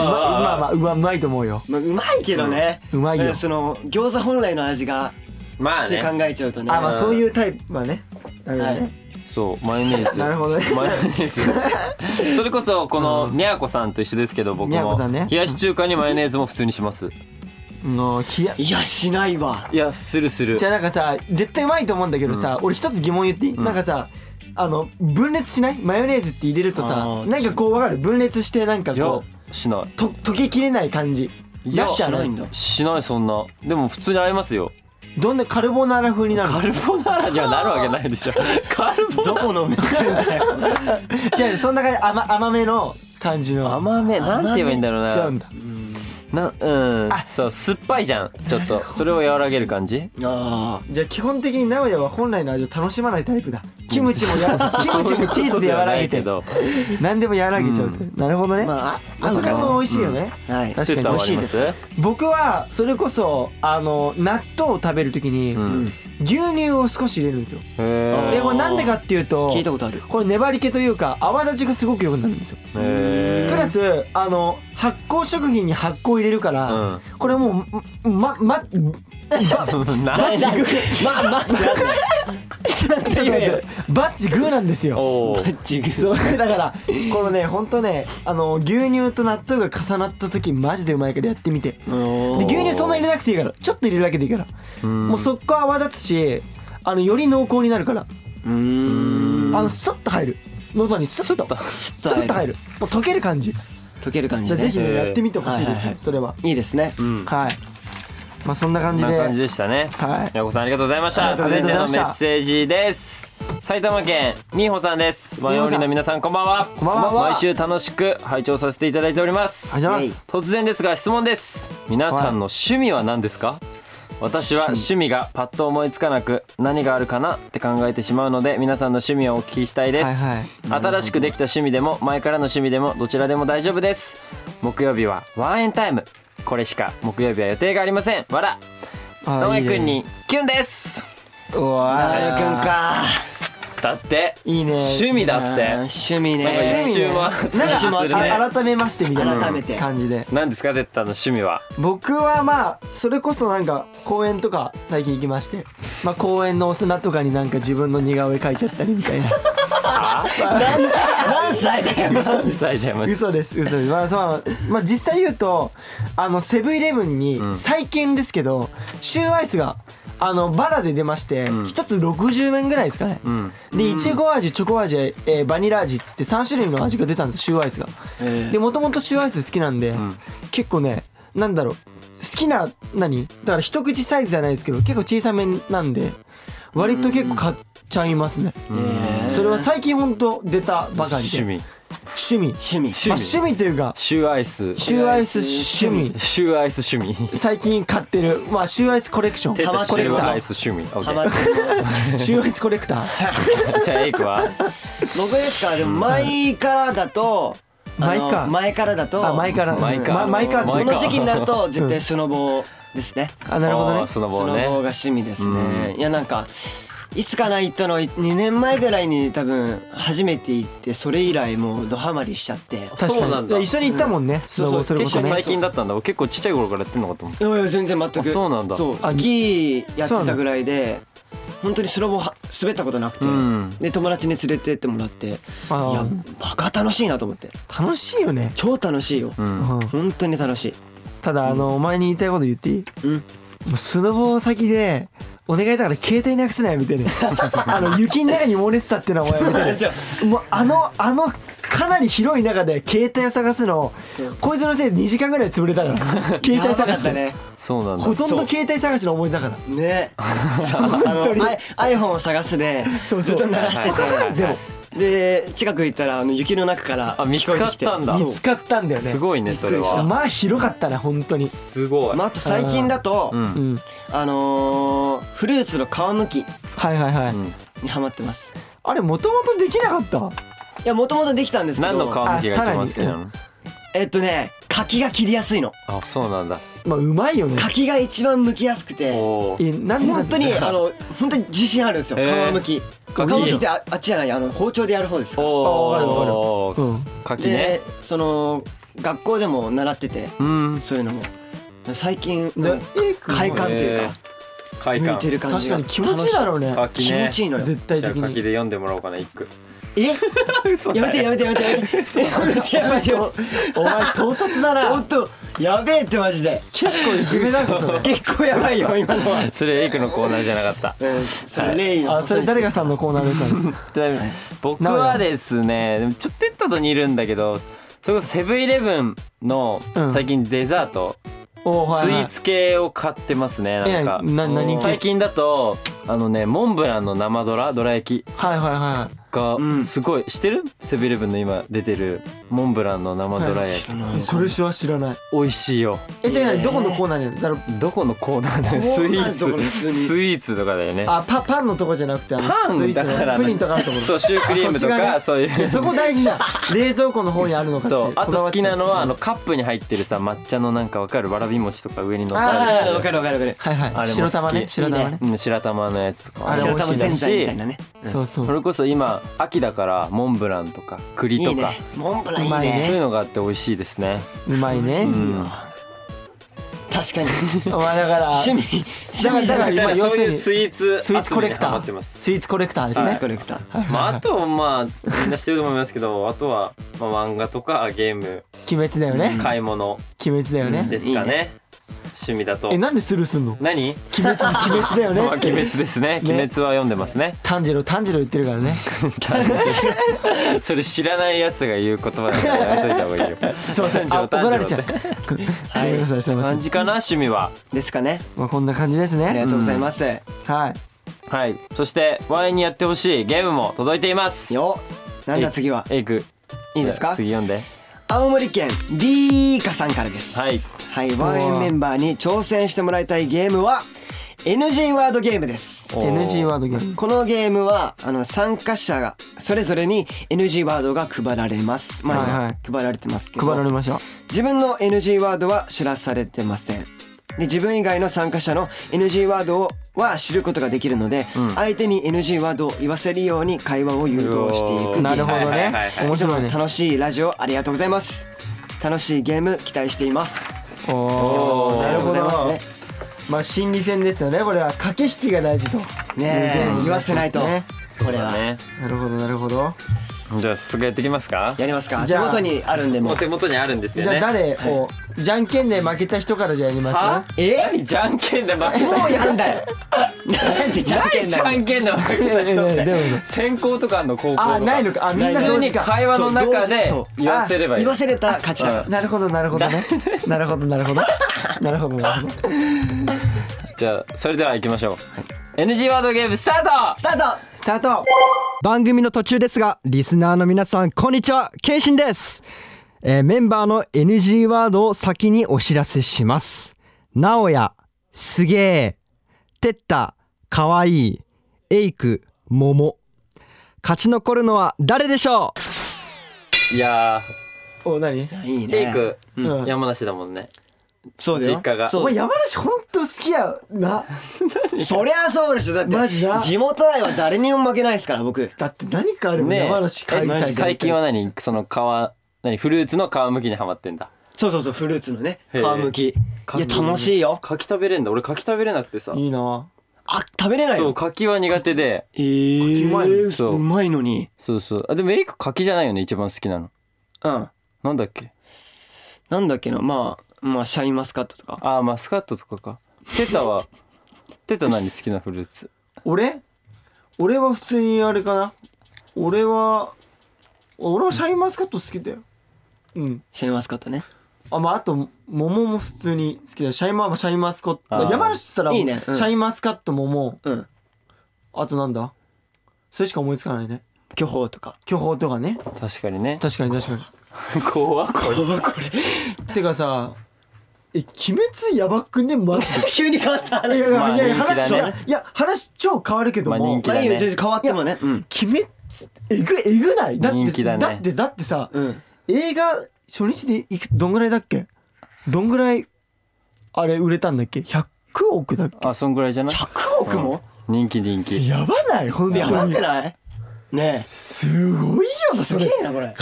[SPEAKER 3] まあ
[SPEAKER 4] あー
[SPEAKER 3] まあまあうまうまいと思うよ
[SPEAKER 2] まあ、うまいけどね、
[SPEAKER 3] うんうまいよ
[SPEAKER 2] だからその餃子本来の味が
[SPEAKER 4] まあ
[SPEAKER 2] って
[SPEAKER 4] ね
[SPEAKER 2] 考。えちゃうとね
[SPEAKER 3] あまあそういうタイプはねあれだ
[SPEAKER 2] はい
[SPEAKER 3] ね
[SPEAKER 4] そうマヨネーズ。
[SPEAKER 3] なるほどね
[SPEAKER 4] マヨネー ズそれこそこのみやこさんと一緒ですけど僕
[SPEAKER 3] みやこ
[SPEAKER 4] も
[SPEAKER 3] さんね
[SPEAKER 4] 冷やし中華にマヨネーズも普通にします
[SPEAKER 3] もう冷や
[SPEAKER 2] いやしない わ
[SPEAKER 4] いやするする
[SPEAKER 3] じゃあなんかさ絶対うまいと思うんだけどさ、俺一つ疑問言っていい、なんかさあの分裂しないマヨネーズって入れると
[SPEAKER 2] あ
[SPEAKER 3] さ
[SPEAKER 2] ー
[SPEAKER 3] なんかこうわかる分裂してなんか
[SPEAKER 4] いや
[SPEAKER 3] こ
[SPEAKER 4] しな
[SPEAKER 3] うと溶けきれない感じ
[SPEAKER 4] いや
[SPEAKER 3] なっちゃう
[SPEAKER 2] しないん
[SPEAKER 3] の
[SPEAKER 2] だ
[SPEAKER 4] いしないそんなでも普通に合いますよ
[SPEAKER 3] どんなカルボナーラ風になる
[SPEAKER 4] カ
[SPEAKER 3] の
[SPEAKER 4] ルボナーラにはなるわけないでしょカルボナ
[SPEAKER 2] どこの 目線だよ
[SPEAKER 3] じゃあそんな感じ甘甘めの感じの
[SPEAKER 4] 甘めなんて言えばいいんだろう
[SPEAKER 3] 違う
[SPEAKER 4] なん
[SPEAKER 3] だ
[SPEAKER 4] なうんそう酸っぱいじゃんちょっとそれを和らげる感じ
[SPEAKER 2] あ
[SPEAKER 3] じゃあ基本的に名古屋は本来の味を楽しまないタイプだキムチもやキムチもチーズで和らげて
[SPEAKER 4] そういうことではない
[SPEAKER 3] 何でも和らげちゃうって、なるほど
[SPEAKER 2] あ
[SPEAKER 3] ね、まあ、
[SPEAKER 2] まああ合
[SPEAKER 3] そうれ
[SPEAKER 2] か
[SPEAKER 3] も
[SPEAKER 2] も
[SPEAKER 3] 美味しいよね、
[SPEAKER 2] はい
[SPEAKER 3] 確かに
[SPEAKER 4] けどちょっと
[SPEAKER 2] 美味しい
[SPEAKER 4] はあり
[SPEAKER 2] で
[SPEAKER 4] ますす
[SPEAKER 3] 僕はそれこそあの納豆を食べるときに、
[SPEAKER 4] うん
[SPEAKER 3] 牛乳を少し入れるんですよ
[SPEAKER 4] へ
[SPEAKER 3] でこれなんでかっていうと
[SPEAKER 2] 聞いたことある
[SPEAKER 3] これ粘り気というか泡立ちがすごく良くなるんですよ
[SPEAKER 4] ーへ
[SPEAKER 3] プ
[SPEAKER 4] ー
[SPEAKER 3] ラスあの発酵食品に発酵入れるから、
[SPEAKER 4] うん
[SPEAKER 3] これもうまま
[SPEAKER 4] な
[SPEAKER 3] バ ッチグー
[SPEAKER 2] まあまあなんだよ
[SPEAKER 3] ちょっと待ってバッチグーなんですよ
[SPEAKER 4] おお
[SPEAKER 2] 違う
[SPEAKER 3] そうだからこのねほんとねあの牛乳と納豆が重なった時マジでうまいからやってみてで牛乳そんな入れなくていいからちょっと入れるだけでいいから
[SPEAKER 4] ん
[SPEAKER 3] もうそこは泡立つしあのより濃厚になるから
[SPEAKER 2] うーん
[SPEAKER 3] あのスッと入る喉にスッとス
[SPEAKER 2] と
[SPEAKER 3] ッと入るもう溶ける感じ
[SPEAKER 2] 溶ける感じね
[SPEAKER 3] ぜひね
[SPEAKER 4] へー
[SPEAKER 3] やってみてほしいです
[SPEAKER 2] はいはいは
[SPEAKER 3] よ
[SPEAKER 2] い
[SPEAKER 3] それは
[SPEAKER 2] ひいいですね、
[SPEAKER 4] うん
[SPEAKER 3] はいまあそんな感じ
[SPEAKER 4] こん
[SPEAKER 3] で
[SPEAKER 4] な感じでしたね。
[SPEAKER 3] はい
[SPEAKER 4] やこさんありがとうございました。
[SPEAKER 3] ありがとう
[SPEAKER 4] 続
[SPEAKER 3] ござ
[SPEAKER 4] い
[SPEAKER 3] い
[SPEAKER 4] てのメ
[SPEAKER 3] ました
[SPEAKER 4] ッセージです。埼玉県みほさんですワンオンリーの皆さんこんばんは
[SPEAKER 3] こんばんは
[SPEAKER 4] 毎週楽しく拝聴させていただいております
[SPEAKER 3] ありがとうございます
[SPEAKER 4] 突然ですが質問です皆さんの趣味は何ですか私は趣味がパッと思いつかなく何があるかなって考えてしまうので皆さんの趣味をお聞きしたいです、
[SPEAKER 3] はいはい
[SPEAKER 4] 新しくできた趣味でも前からの趣味でもどちらでも大丈夫です木曜日はワンエンタイムこれしか木曜日は予定がありませんわら
[SPEAKER 3] あ
[SPEAKER 4] 直江
[SPEAKER 3] いいね
[SPEAKER 4] くんにキュンです
[SPEAKER 3] うわ
[SPEAKER 2] あゆくんか
[SPEAKER 4] だって
[SPEAKER 3] いいね
[SPEAKER 4] 趣味だっ
[SPEAKER 2] あー
[SPEAKER 4] て
[SPEAKER 2] 趣味
[SPEAKER 4] な
[SPEAKER 2] ね
[SPEAKER 4] んか一周は
[SPEAKER 3] なん
[SPEAKER 4] 一周
[SPEAKER 3] か
[SPEAKER 4] するね
[SPEAKER 3] あ改めましてみたいな
[SPEAKER 2] 改めて
[SPEAKER 3] 感じで
[SPEAKER 4] 何ですか哲太の趣味は
[SPEAKER 3] 僕はまあそれこそなんか公園とか最近行きまして、まあ、公園のお砂とかになんか自分の似顔絵描いちゃったりみたいな
[SPEAKER 2] 何歳だ よ
[SPEAKER 4] 何歳だよマジ
[SPEAKER 3] 嘘です嘘ですまあそうまあ実際言うとあのセブンイレブンに最近ですけど、シューアイスがあのバラで出まして
[SPEAKER 4] ん
[SPEAKER 3] 一、つ60円ぐらいですかね、
[SPEAKER 4] ん
[SPEAKER 3] でいちご味チョコ味、えーバニラ味っつって3種類の味が出たんですシューアイスが、でもともとシューアイス好きなんで、結構ねなんだろう好きな何だから一口サイズじゃないですけど結構小さめなんで割と結構買っちゃいますね、それは最近ほんと出たばかりで
[SPEAKER 4] 趣味
[SPEAKER 3] 趣味
[SPEAKER 2] 趣味
[SPEAKER 4] 趣
[SPEAKER 3] まあ、
[SPEAKER 4] 味
[SPEAKER 3] 趣味というか
[SPEAKER 4] シューアイス
[SPEAKER 3] シューアイス趣味
[SPEAKER 4] シューアイス趣味
[SPEAKER 3] 最近買ってる、まあ、シューアイスコレクション
[SPEAKER 4] テ
[SPEAKER 2] ハマ
[SPEAKER 4] タ
[SPEAKER 2] っ
[SPEAKER 4] シ
[SPEAKER 2] てる
[SPEAKER 4] ュ
[SPEAKER 2] わ
[SPEAKER 4] ーアイス趣味オッケ
[SPEAKER 2] ハマって
[SPEAKER 3] タシューアイスコレクタ ー
[SPEAKER 4] ーじゃあエイクは
[SPEAKER 2] 僕ですかでも前からだとあの
[SPEAKER 3] 前か
[SPEAKER 2] 前からだと
[SPEAKER 3] あ前から
[SPEAKER 4] 前か
[SPEAKER 3] ま前か
[SPEAKER 2] こ
[SPEAKER 4] 前か
[SPEAKER 3] ら
[SPEAKER 2] の時期になる と絶対スノボですね
[SPEAKER 3] あなるほど
[SPEAKER 4] あ
[SPEAKER 3] ね
[SPEAKER 4] ースノ
[SPEAKER 2] ス
[SPEAKER 4] ボー
[SPEAKER 2] ノボが
[SPEAKER 4] ね
[SPEAKER 2] 趣味ですねいやなんかいつかな行ったの2年前ぐらいに多分初めて行ってそれ以来もうドハマりしちゃって
[SPEAKER 3] 確
[SPEAKER 4] そうな
[SPEAKER 3] か
[SPEAKER 4] ん
[SPEAKER 3] に
[SPEAKER 4] だ
[SPEAKER 3] いや一緒に行ったもんねスノボそれこ
[SPEAKER 4] 結
[SPEAKER 3] そ
[SPEAKER 4] 構
[SPEAKER 3] ね
[SPEAKER 4] 最近だったんだ俺結構ちっちゃい頃からやってんのかと思う
[SPEAKER 2] いやいや全然全く
[SPEAKER 4] あそうなんだ
[SPEAKER 2] そう
[SPEAKER 3] あ
[SPEAKER 2] スキーやってたぐらいで本当にスノボは滑ったことなくて、
[SPEAKER 4] うん
[SPEAKER 2] で友達に連れてってもらっていや
[SPEAKER 3] あー
[SPEAKER 2] バカ楽しいなと思って
[SPEAKER 3] 楽しいよね、
[SPEAKER 2] 超楽しいよ、
[SPEAKER 4] うん
[SPEAKER 3] うん
[SPEAKER 2] 本当に楽しい
[SPEAKER 3] ただあの、お前に言いたいこと言っていい
[SPEAKER 2] うん
[SPEAKER 3] もうスノボ先でお願いだから携帯なくせないみたい なあの雪の中に漏れてたっていうのはお前みたいなもうあのあのかなり広い中で携帯を探すのこいつのせいで2時間ぐらい潰れたから 携帯探し
[SPEAKER 2] やばかったたね
[SPEAKER 4] そうなんだ
[SPEAKER 3] ほとんど携帯探しの思い出だから
[SPEAKER 2] ねあの
[SPEAKER 3] に
[SPEAKER 2] I- iPhone を探すで
[SPEAKER 3] そう
[SPEAKER 2] ず
[SPEAKER 3] そう
[SPEAKER 2] っと鳴らして
[SPEAKER 4] はいはいはいは
[SPEAKER 2] て
[SPEAKER 4] い
[SPEAKER 3] でも
[SPEAKER 2] で近く行ったらあの雪の中から
[SPEAKER 4] あ見つかったんだ
[SPEAKER 2] 聞こえてきて
[SPEAKER 3] 見つかったんだよね
[SPEAKER 4] すごいねそれは
[SPEAKER 3] まあ広かったね本当に
[SPEAKER 4] すごい
[SPEAKER 2] まあ、あと最近だと
[SPEAKER 4] う
[SPEAKER 2] あ,、
[SPEAKER 3] うんん
[SPEAKER 2] のーフルーツの皮むき
[SPEAKER 3] はいはいはい、
[SPEAKER 4] うん
[SPEAKER 2] にハマってます
[SPEAKER 3] あれもともとできなかった
[SPEAKER 2] いやもともとできたんですけど
[SPEAKER 4] 何の皮むきが一番好きなの
[SPEAKER 2] えっとね柿が切りやすいの
[SPEAKER 4] あそうなんだ
[SPEAKER 3] まあうまいよね
[SPEAKER 2] 柿が一番剥きやすくて
[SPEAKER 4] おー
[SPEAKER 3] えなんで
[SPEAKER 2] 本 当にあの本当に自信あるんですよ
[SPEAKER 4] へー
[SPEAKER 2] 皮むき皮
[SPEAKER 4] 柿
[SPEAKER 2] むきってああっちじゃないあの包丁でやる方です
[SPEAKER 3] あーなる
[SPEAKER 4] お
[SPEAKER 3] う
[SPEAKER 4] ー
[SPEAKER 3] ん
[SPEAKER 4] 柿ね
[SPEAKER 2] でその学校でも習ってて
[SPEAKER 4] うん
[SPEAKER 2] そういうのも最近
[SPEAKER 3] で
[SPEAKER 2] うん
[SPEAKER 3] エイクも
[SPEAKER 2] 快感っていう
[SPEAKER 4] え
[SPEAKER 2] か
[SPEAKER 4] 快
[SPEAKER 2] 向い
[SPEAKER 4] 感
[SPEAKER 2] てる感
[SPEAKER 3] 確
[SPEAKER 2] じ
[SPEAKER 3] か
[SPEAKER 2] が
[SPEAKER 3] に気持ちいいだろうね
[SPEAKER 4] 楽しい
[SPEAKER 2] 気持ちいいのよ
[SPEAKER 3] 絶対
[SPEAKER 4] じゃあ
[SPEAKER 3] 的
[SPEAKER 4] 柿
[SPEAKER 3] に
[SPEAKER 4] で読んでもらおうかな一句
[SPEAKER 2] え
[SPEAKER 4] 嘘だ
[SPEAKER 2] や
[SPEAKER 4] よ
[SPEAKER 2] めてやめてやめてやめてやめてやめてよ
[SPEAKER 3] お前唐突だな
[SPEAKER 2] 本当やべえってマジで
[SPEAKER 3] 結構いじめなんだそれ
[SPEAKER 2] 結構やばいよ今のは
[SPEAKER 4] それエイクのコーナーじゃなかった
[SPEAKER 2] うんそれレイの
[SPEAKER 3] あそれ誰がさんのコーナーでしたね
[SPEAKER 4] ちなみに僕はですねでもちょっとテッドと似るんだけどそれこそセブンイレブンの
[SPEAKER 3] うん
[SPEAKER 4] 最近デザート、
[SPEAKER 3] おーはい
[SPEAKER 4] スイ
[SPEAKER 3] は
[SPEAKER 4] ー
[SPEAKER 3] い
[SPEAKER 4] ツ系を買ってますねなんか
[SPEAKER 3] えな何系
[SPEAKER 4] 最近だとあのねモンブランの生ドラどら焼き
[SPEAKER 3] はいはいは
[SPEAKER 4] が
[SPEAKER 2] ん
[SPEAKER 4] すごい、してるセブンイレブンの今出てるモンブランの生どら焼き、
[SPEAKER 3] いそれしは知らない
[SPEAKER 4] 美味しいよ
[SPEAKER 3] えそれ何どこのコーナーにだろ
[SPEAKER 4] どこのコーナーだよ
[SPEAKER 2] コ
[SPEAKER 4] スイ
[SPEAKER 2] ーナー
[SPEAKER 4] ー
[SPEAKER 2] のところ普通
[SPEAKER 4] ツ
[SPEAKER 2] に
[SPEAKER 4] スイーツとかだよね
[SPEAKER 3] あパパンのとこじゃなくてあの
[SPEAKER 4] パン
[SPEAKER 3] スイー
[SPEAKER 4] だか
[SPEAKER 3] ツ
[SPEAKER 4] ら
[SPEAKER 3] のプリンとかある ところ
[SPEAKER 4] そうシュークリームと
[SPEAKER 3] あそっちが
[SPEAKER 4] か
[SPEAKER 3] ね
[SPEAKER 4] そうい
[SPEAKER 3] いや
[SPEAKER 4] う
[SPEAKER 3] そこ大事じゃん冷蔵庫の方にあるのかって
[SPEAKER 4] そうあ
[SPEAKER 3] こだわ
[SPEAKER 4] と好
[SPEAKER 3] っち
[SPEAKER 4] き
[SPEAKER 3] ゃう
[SPEAKER 4] なのはあのカップに入ってるさ抹茶のなんかわかるわらび餅とか上に乗ってある
[SPEAKER 2] あーわかるわかるわかる
[SPEAKER 3] はい
[SPEAKER 4] あ
[SPEAKER 3] は
[SPEAKER 4] れ
[SPEAKER 3] い
[SPEAKER 4] も
[SPEAKER 3] 白玉
[SPEAKER 4] 好
[SPEAKER 3] ね
[SPEAKER 4] き
[SPEAKER 3] 白玉ね
[SPEAKER 4] うん白玉のやつとか
[SPEAKER 3] あれ
[SPEAKER 2] 白
[SPEAKER 3] 美味しいね
[SPEAKER 2] 玉ぜんざいみたいなね
[SPEAKER 3] そうそ
[SPEAKER 4] そうれこそ今秋だからモンブランとか栗
[SPEAKER 2] いい
[SPEAKER 4] と
[SPEAKER 2] ね
[SPEAKER 4] か
[SPEAKER 2] モンブランいい
[SPEAKER 3] まい
[SPEAKER 2] ね
[SPEAKER 3] ね
[SPEAKER 4] そういうのがあって美味しいですね
[SPEAKER 3] うまいね
[SPEAKER 4] うん
[SPEAKER 2] 確かに
[SPEAKER 3] お前だから
[SPEAKER 2] 趣味
[SPEAKER 3] だからだから今
[SPEAKER 4] だから
[SPEAKER 3] 要
[SPEAKER 4] そう
[SPEAKER 3] する
[SPEAKER 4] いう
[SPEAKER 3] に
[SPEAKER 4] スイーツ
[SPEAKER 3] スイーツコレクタ
[SPEAKER 4] 集めにハマってま
[SPEAKER 3] ー
[SPEAKER 4] す
[SPEAKER 3] スイーツコレクターです
[SPEAKER 2] ダンス
[SPEAKER 3] ね
[SPEAKER 2] コレクター
[SPEAKER 4] まああとまあみんなしてると思いますけどあ とはまあ漫画とかゲーム
[SPEAKER 3] 鬼滅だよね
[SPEAKER 4] 買い物
[SPEAKER 3] 鬼滅だよね
[SPEAKER 4] ですか
[SPEAKER 2] いい
[SPEAKER 4] ね趣味だと
[SPEAKER 3] えなんでスルーすんの
[SPEAKER 4] 何
[SPEAKER 3] 鬼滅鬼滅だよね
[SPEAKER 4] まあ鬼滅ですね鬼滅は読んでますね
[SPEAKER 3] 炭治郎炭治郎言ってるからね
[SPEAKER 4] それ知らないやつが言う言葉だからやめといた方がいいよ
[SPEAKER 3] すいませんあ
[SPEAKER 4] 誕生日
[SPEAKER 3] 怒られちゃう
[SPEAKER 4] 誕
[SPEAKER 3] ごめんなさいすいませ
[SPEAKER 4] 感
[SPEAKER 3] ん
[SPEAKER 4] じかな趣味は
[SPEAKER 2] ですかね
[SPEAKER 3] まあこんな感じです
[SPEAKER 2] あり
[SPEAKER 3] ね
[SPEAKER 2] がとうございます
[SPEAKER 3] はい
[SPEAKER 4] はいそしてワインにやってほしいゲームも届いています
[SPEAKER 2] よなんだ次は
[SPEAKER 4] エイク
[SPEAKER 2] いいですか
[SPEAKER 4] 次読んで
[SPEAKER 2] 青森県 D カさんからです
[SPEAKER 4] はい
[SPEAKER 2] はいワンエンメンバーに挑戦してもらいたいゲームは NG ワードゲームです
[SPEAKER 4] おー
[SPEAKER 3] NG ワードゲーム
[SPEAKER 2] このゲームはあの参加者がそれぞれに NG ワードが配られます。まあ、
[SPEAKER 3] はいはい
[SPEAKER 2] 今配られてますけど
[SPEAKER 3] 配られました
[SPEAKER 2] 自分の NG ワードは知らされてません。で自分以外の参加者の NG ワードをは知ることができるので、相手に NG ワードを言わせるように会話を誘導していくゲームです
[SPEAKER 3] なるほど
[SPEAKER 4] はいはい
[SPEAKER 3] ね
[SPEAKER 4] はいはい
[SPEAKER 3] 面白いね
[SPEAKER 2] 楽しいラジオありがとうございます。楽しいゲーム期待しています。
[SPEAKER 3] おおー
[SPEAKER 2] あ
[SPEAKER 3] な
[SPEAKER 2] り
[SPEAKER 3] る
[SPEAKER 2] がとう
[SPEAKER 3] ほ
[SPEAKER 2] ございま
[SPEAKER 3] ど
[SPEAKER 2] すね。
[SPEAKER 3] まあ心理戦ですよねこれは駆け引きが大事と
[SPEAKER 2] ねえ
[SPEAKER 3] いうゲーム
[SPEAKER 2] 言わせないと
[SPEAKER 3] ですね
[SPEAKER 2] これは、
[SPEAKER 4] ね
[SPEAKER 3] なるほどなるほど
[SPEAKER 4] じゃあ早速やっていきますか
[SPEAKER 2] やりますか。
[SPEAKER 3] じ
[SPEAKER 2] 手
[SPEAKER 3] ゃあ
[SPEAKER 2] 元にあるんでも
[SPEAKER 4] お
[SPEAKER 2] う。
[SPEAKER 4] 手元にあるんですよ
[SPEAKER 3] じゃあ
[SPEAKER 4] ね
[SPEAKER 3] 誰をじゃんけんで負けた人からじゃあやりま
[SPEAKER 4] は
[SPEAKER 3] す
[SPEAKER 2] え
[SPEAKER 4] 何じゃんけんで負けた
[SPEAKER 2] もうやんだよ。なんでじゃんけん
[SPEAKER 4] 何じ
[SPEAKER 2] だ
[SPEAKER 4] ゃ
[SPEAKER 2] よ。
[SPEAKER 4] んけんで負けた人っ
[SPEAKER 3] ええええええどういうこ
[SPEAKER 4] て先行とかあんの高校とか
[SPEAKER 3] あないのかあみん
[SPEAKER 4] 普
[SPEAKER 3] な
[SPEAKER 4] 通
[SPEAKER 3] 同時
[SPEAKER 4] に
[SPEAKER 3] か
[SPEAKER 4] 会話の中で
[SPEAKER 2] そう
[SPEAKER 4] 言わせればいい
[SPEAKER 2] 言わせれた勝ちだから。
[SPEAKER 3] なるほどなるほどねなるほどなるほどなるほどなるほど
[SPEAKER 4] じゃあそれでは行きましょう NG ワードゲームスタート
[SPEAKER 2] スタート
[SPEAKER 3] スタート
[SPEAKER 5] 番組の途中ですがリスナーの皆さんこんにちはケンシンです、えーメンバーの NG ワードを先にお知らせしますなおやすげえてったかわいいエイクもも勝ち残るのは誰でしょう
[SPEAKER 4] いや
[SPEAKER 3] お何
[SPEAKER 2] いい
[SPEAKER 4] ーテイ
[SPEAKER 2] ね。
[SPEAKER 4] ク
[SPEAKER 3] うん
[SPEAKER 4] 山梨だもんね
[SPEAKER 2] そうだよ。
[SPEAKER 4] 実家が
[SPEAKER 3] お
[SPEAKER 2] そう
[SPEAKER 3] 前山梨ほんと好きやな
[SPEAKER 2] そりゃそうでしょ。だって。
[SPEAKER 3] マジな
[SPEAKER 2] 地元愛は誰にも負けないですから僕。
[SPEAKER 3] だって何かあれば
[SPEAKER 4] ね
[SPEAKER 3] 山梨買いたい
[SPEAKER 4] え最近は何その皮何フルーツの皮むきにハマってんだ
[SPEAKER 2] そうそうそうフルーツのね皮
[SPEAKER 4] へえ
[SPEAKER 2] むき。い
[SPEAKER 4] 皮
[SPEAKER 2] や
[SPEAKER 4] むきね
[SPEAKER 2] 楽しいよ。
[SPEAKER 4] 柿食べれんだ俺柿食べれなくてさ
[SPEAKER 3] いいな
[SPEAKER 2] あ食べれない
[SPEAKER 4] そう
[SPEAKER 2] の。
[SPEAKER 4] 柿は苦手で
[SPEAKER 2] ええ
[SPEAKER 3] うまいの
[SPEAKER 4] そう
[SPEAKER 2] うまいのに。
[SPEAKER 4] そうそうあでもエイク柿じゃないよね一番好きなの
[SPEAKER 2] うん。
[SPEAKER 4] なんだっけ
[SPEAKER 2] なんだっけなまあまあシャインマスカットとか。
[SPEAKER 4] あーマスカットとかかテタは テタ何好きなフルーツ
[SPEAKER 3] 俺俺は普通にあれかな俺は俺はシャインマスカット好きだようん
[SPEAKER 2] シャインマスカットね。
[SPEAKER 3] あまああと桃も普通に好きだよシャインマまあシャインマスカッ
[SPEAKER 4] あー
[SPEAKER 3] ト山梨って言ったら
[SPEAKER 2] いいねうん
[SPEAKER 3] シャインマスカット桃
[SPEAKER 2] うん。
[SPEAKER 3] あとなんだそれしか思いつかないね
[SPEAKER 2] 巨峰とか。
[SPEAKER 3] 巨峰とかね
[SPEAKER 4] 確かにね
[SPEAKER 3] 確かに確か
[SPEAKER 4] 怖これ
[SPEAKER 3] にてかさえ鬼滅やばくねマジで
[SPEAKER 2] 急に変わった話。
[SPEAKER 3] いやいやいやいや
[SPEAKER 4] まあ
[SPEAKER 3] 話
[SPEAKER 4] 人気
[SPEAKER 3] と
[SPEAKER 4] だ
[SPEAKER 3] か
[SPEAKER 4] ね
[SPEAKER 3] いや話超変わるけど
[SPEAKER 4] まあ人
[SPEAKER 3] も
[SPEAKER 4] 気だね
[SPEAKER 2] 前より全然変わってもね。うん。
[SPEAKER 3] 鬼滅えぐえぐないだって
[SPEAKER 4] 人気だね
[SPEAKER 3] ってだってさ、
[SPEAKER 2] うん。
[SPEAKER 3] 映画初日でいくどんぐらいだっけどんぐらいあれ売れたんだっけ100億だっけ
[SPEAKER 4] あそんぐらいじゃない
[SPEAKER 2] 100億も、
[SPEAKER 4] 人気人気
[SPEAKER 3] やばない本
[SPEAKER 2] いやば
[SPEAKER 3] 当
[SPEAKER 2] く
[SPEAKER 3] に
[SPEAKER 2] ないね
[SPEAKER 3] すごいよな
[SPEAKER 2] えす
[SPEAKER 3] そ
[SPEAKER 2] げ
[SPEAKER 3] れ考
[SPEAKER 2] えなこれ
[SPEAKER 3] え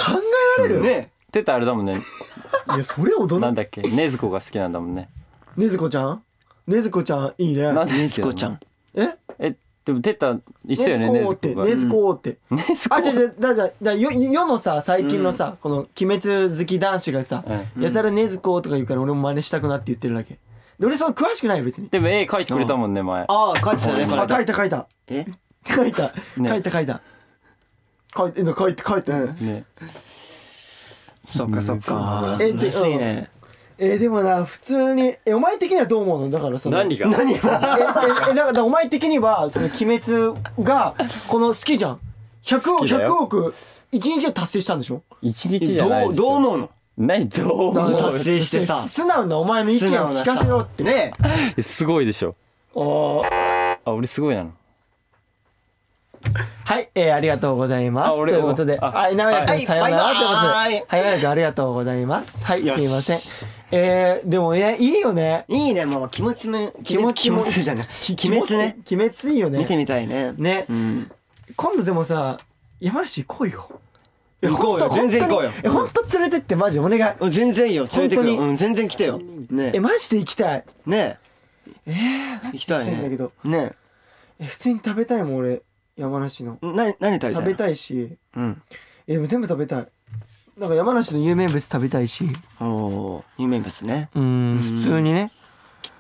[SPEAKER 3] られる、
[SPEAKER 2] ね
[SPEAKER 4] テタあれだもんね
[SPEAKER 3] いやそれ踊
[SPEAKER 4] な
[SPEAKER 3] る
[SPEAKER 4] んだっけ禰豆子が好きなんだもんね
[SPEAKER 3] ねずこちゃんねずこちゃんいいね
[SPEAKER 4] なん
[SPEAKER 2] え
[SPEAKER 4] で
[SPEAKER 2] ね
[SPEAKER 4] す
[SPEAKER 2] つ
[SPEAKER 4] よ
[SPEAKER 2] こちゃん
[SPEAKER 3] え
[SPEAKER 4] えでもテタ一緒よね
[SPEAKER 3] ねず
[SPEAKER 4] 禰
[SPEAKER 3] こ
[SPEAKER 4] 豆
[SPEAKER 3] ーって
[SPEAKER 4] 子が
[SPEAKER 3] ねずこーって、
[SPEAKER 4] 禰豆子
[SPEAKER 3] あ違う違うだだだよ世のさ最近のさ、この「鬼滅好き男子」がさ、やたら「ねずこ」とか言うから俺も真似したくなって言ってるだけで俺その詳しくないよ別に
[SPEAKER 4] でも絵描いてくれたもんね前
[SPEAKER 2] ああ書いてたねこ
[SPEAKER 3] あ書い
[SPEAKER 2] れ
[SPEAKER 3] た書いた
[SPEAKER 2] え
[SPEAKER 3] 書いた
[SPEAKER 4] ね
[SPEAKER 3] 書いた書いた書いて書いて書いて
[SPEAKER 4] ね
[SPEAKER 2] そっかそっか
[SPEAKER 3] えで
[SPEAKER 2] むずいね
[SPEAKER 3] えーでもな普通にえお前的にはどう思うのだからその
[SPEAKER 4] 何
[SPEAKER 3] え
[SPEAKER 4] が何が
[SPEAKER 3] ええだからお前的にはその鬼滅がこの好きじゃん100
[SPEAKER 4] 好
[SPEAKER 3] 億
[SPEAKER 4] きだよ
[SPEAKER 3] 100億一日で達成したんでしょ
[SPEAKER 4] 一日じゃない
[SPEAKER 2] どう
[SPEAKER 4] です
[SPEAKER 2] どう
[SPEAKER 4] よ
[SPEAKER 2] 思うの
[SPEAKER 4] 何どう
[SPEAKER 3] だから
[SPEAKER 4] 思
[SPEAKER 2] 達成してさ
[SPEAKER 3] す素直なお前の意見を聞かせろって
[SPEAKER 2] ね
[SPEAKER 4] う すごいでしょ
[SPEAKER 3] おー
[SPEAKER 4] あ俺すごいなの
[SPEAKER 3] はい、えー、ありがとうございま
[SPEAKER 4] あ
[SPEAKER 3] すと
[SPEAKER 4] 俺
[SPEAKER 3] いうことで
[SPEAKER 4] あ
[SPEAKER 3] はい直哉
[SPEAKER 2] は
[SPEAKER 3] 君
[SPEAKER 2] い
[SPEAKER 3] さようならという
[SPEAKER 2] バイ
[SPEAKER 3] こ
[SPEAKER 2] バイ
[SPEAKER 3] とではい直哉君ありがとうございますはい
[SPEAKER 2] よ
[SPEAKER 3] す
[SPEAKER 2] し
[SPEAKER 3] いませんえー、でもねいいよね
[SPEAKER 2] いいねもう気持ちも
[SPEAKER 3] 気持ちも
[SPEAKER 2] 気持じゃない
[SPEAKER 3] き
[SPEAKER 2] 鬼滅ね
[SPEAKER 3] 鬼滅いいよね
[SPEAKER 2] 見てみたいね
[SPEAKER 3] ね、
[SPEAKER 2] うん
[SPEAKER 3] 今度でもさ山梨行こうよ
[SPEAKER 2] 行こうよ
[SPEAKER 3] いや
[SPEAKER 2] 全然行こうよ
[SPEAKER 3] 本当にえ本当連れてってマジお願い
[SPEAKER 2] 全然いいよ連れてく
[SPEAKER 3] 本
[SPEAKER 2] よ
[SPEAKER 3] 当に
[SPEAKER 2] うん全然来てよね
[SPEAKER 3] えマジで行きたい
[SPEAKER 2] ね
[SPEAKER 3] マ
[SPEAKER 2] 行き
[SPEAKER 3] ジで
[SPEAKER 2] た
[SPEAKER 3] 行きたいんだけ
[SPEAKER 2] いね
[SPEAKER 3] ど
[SPEAKER 2] ね
[SPEAKER 3] え普通に食べたいもん俺山梨の
[SPEAKER 2] な何食べたいの
[SPEAKER 3] 食べたいし
[SPEAKER 2] うん
[SPEAKER 3] えでも全部食べたいなんか山梨の有名物食べたいし
[SPEAKER 2] おお有名物ね
[SPEAKER 3] うん普通にね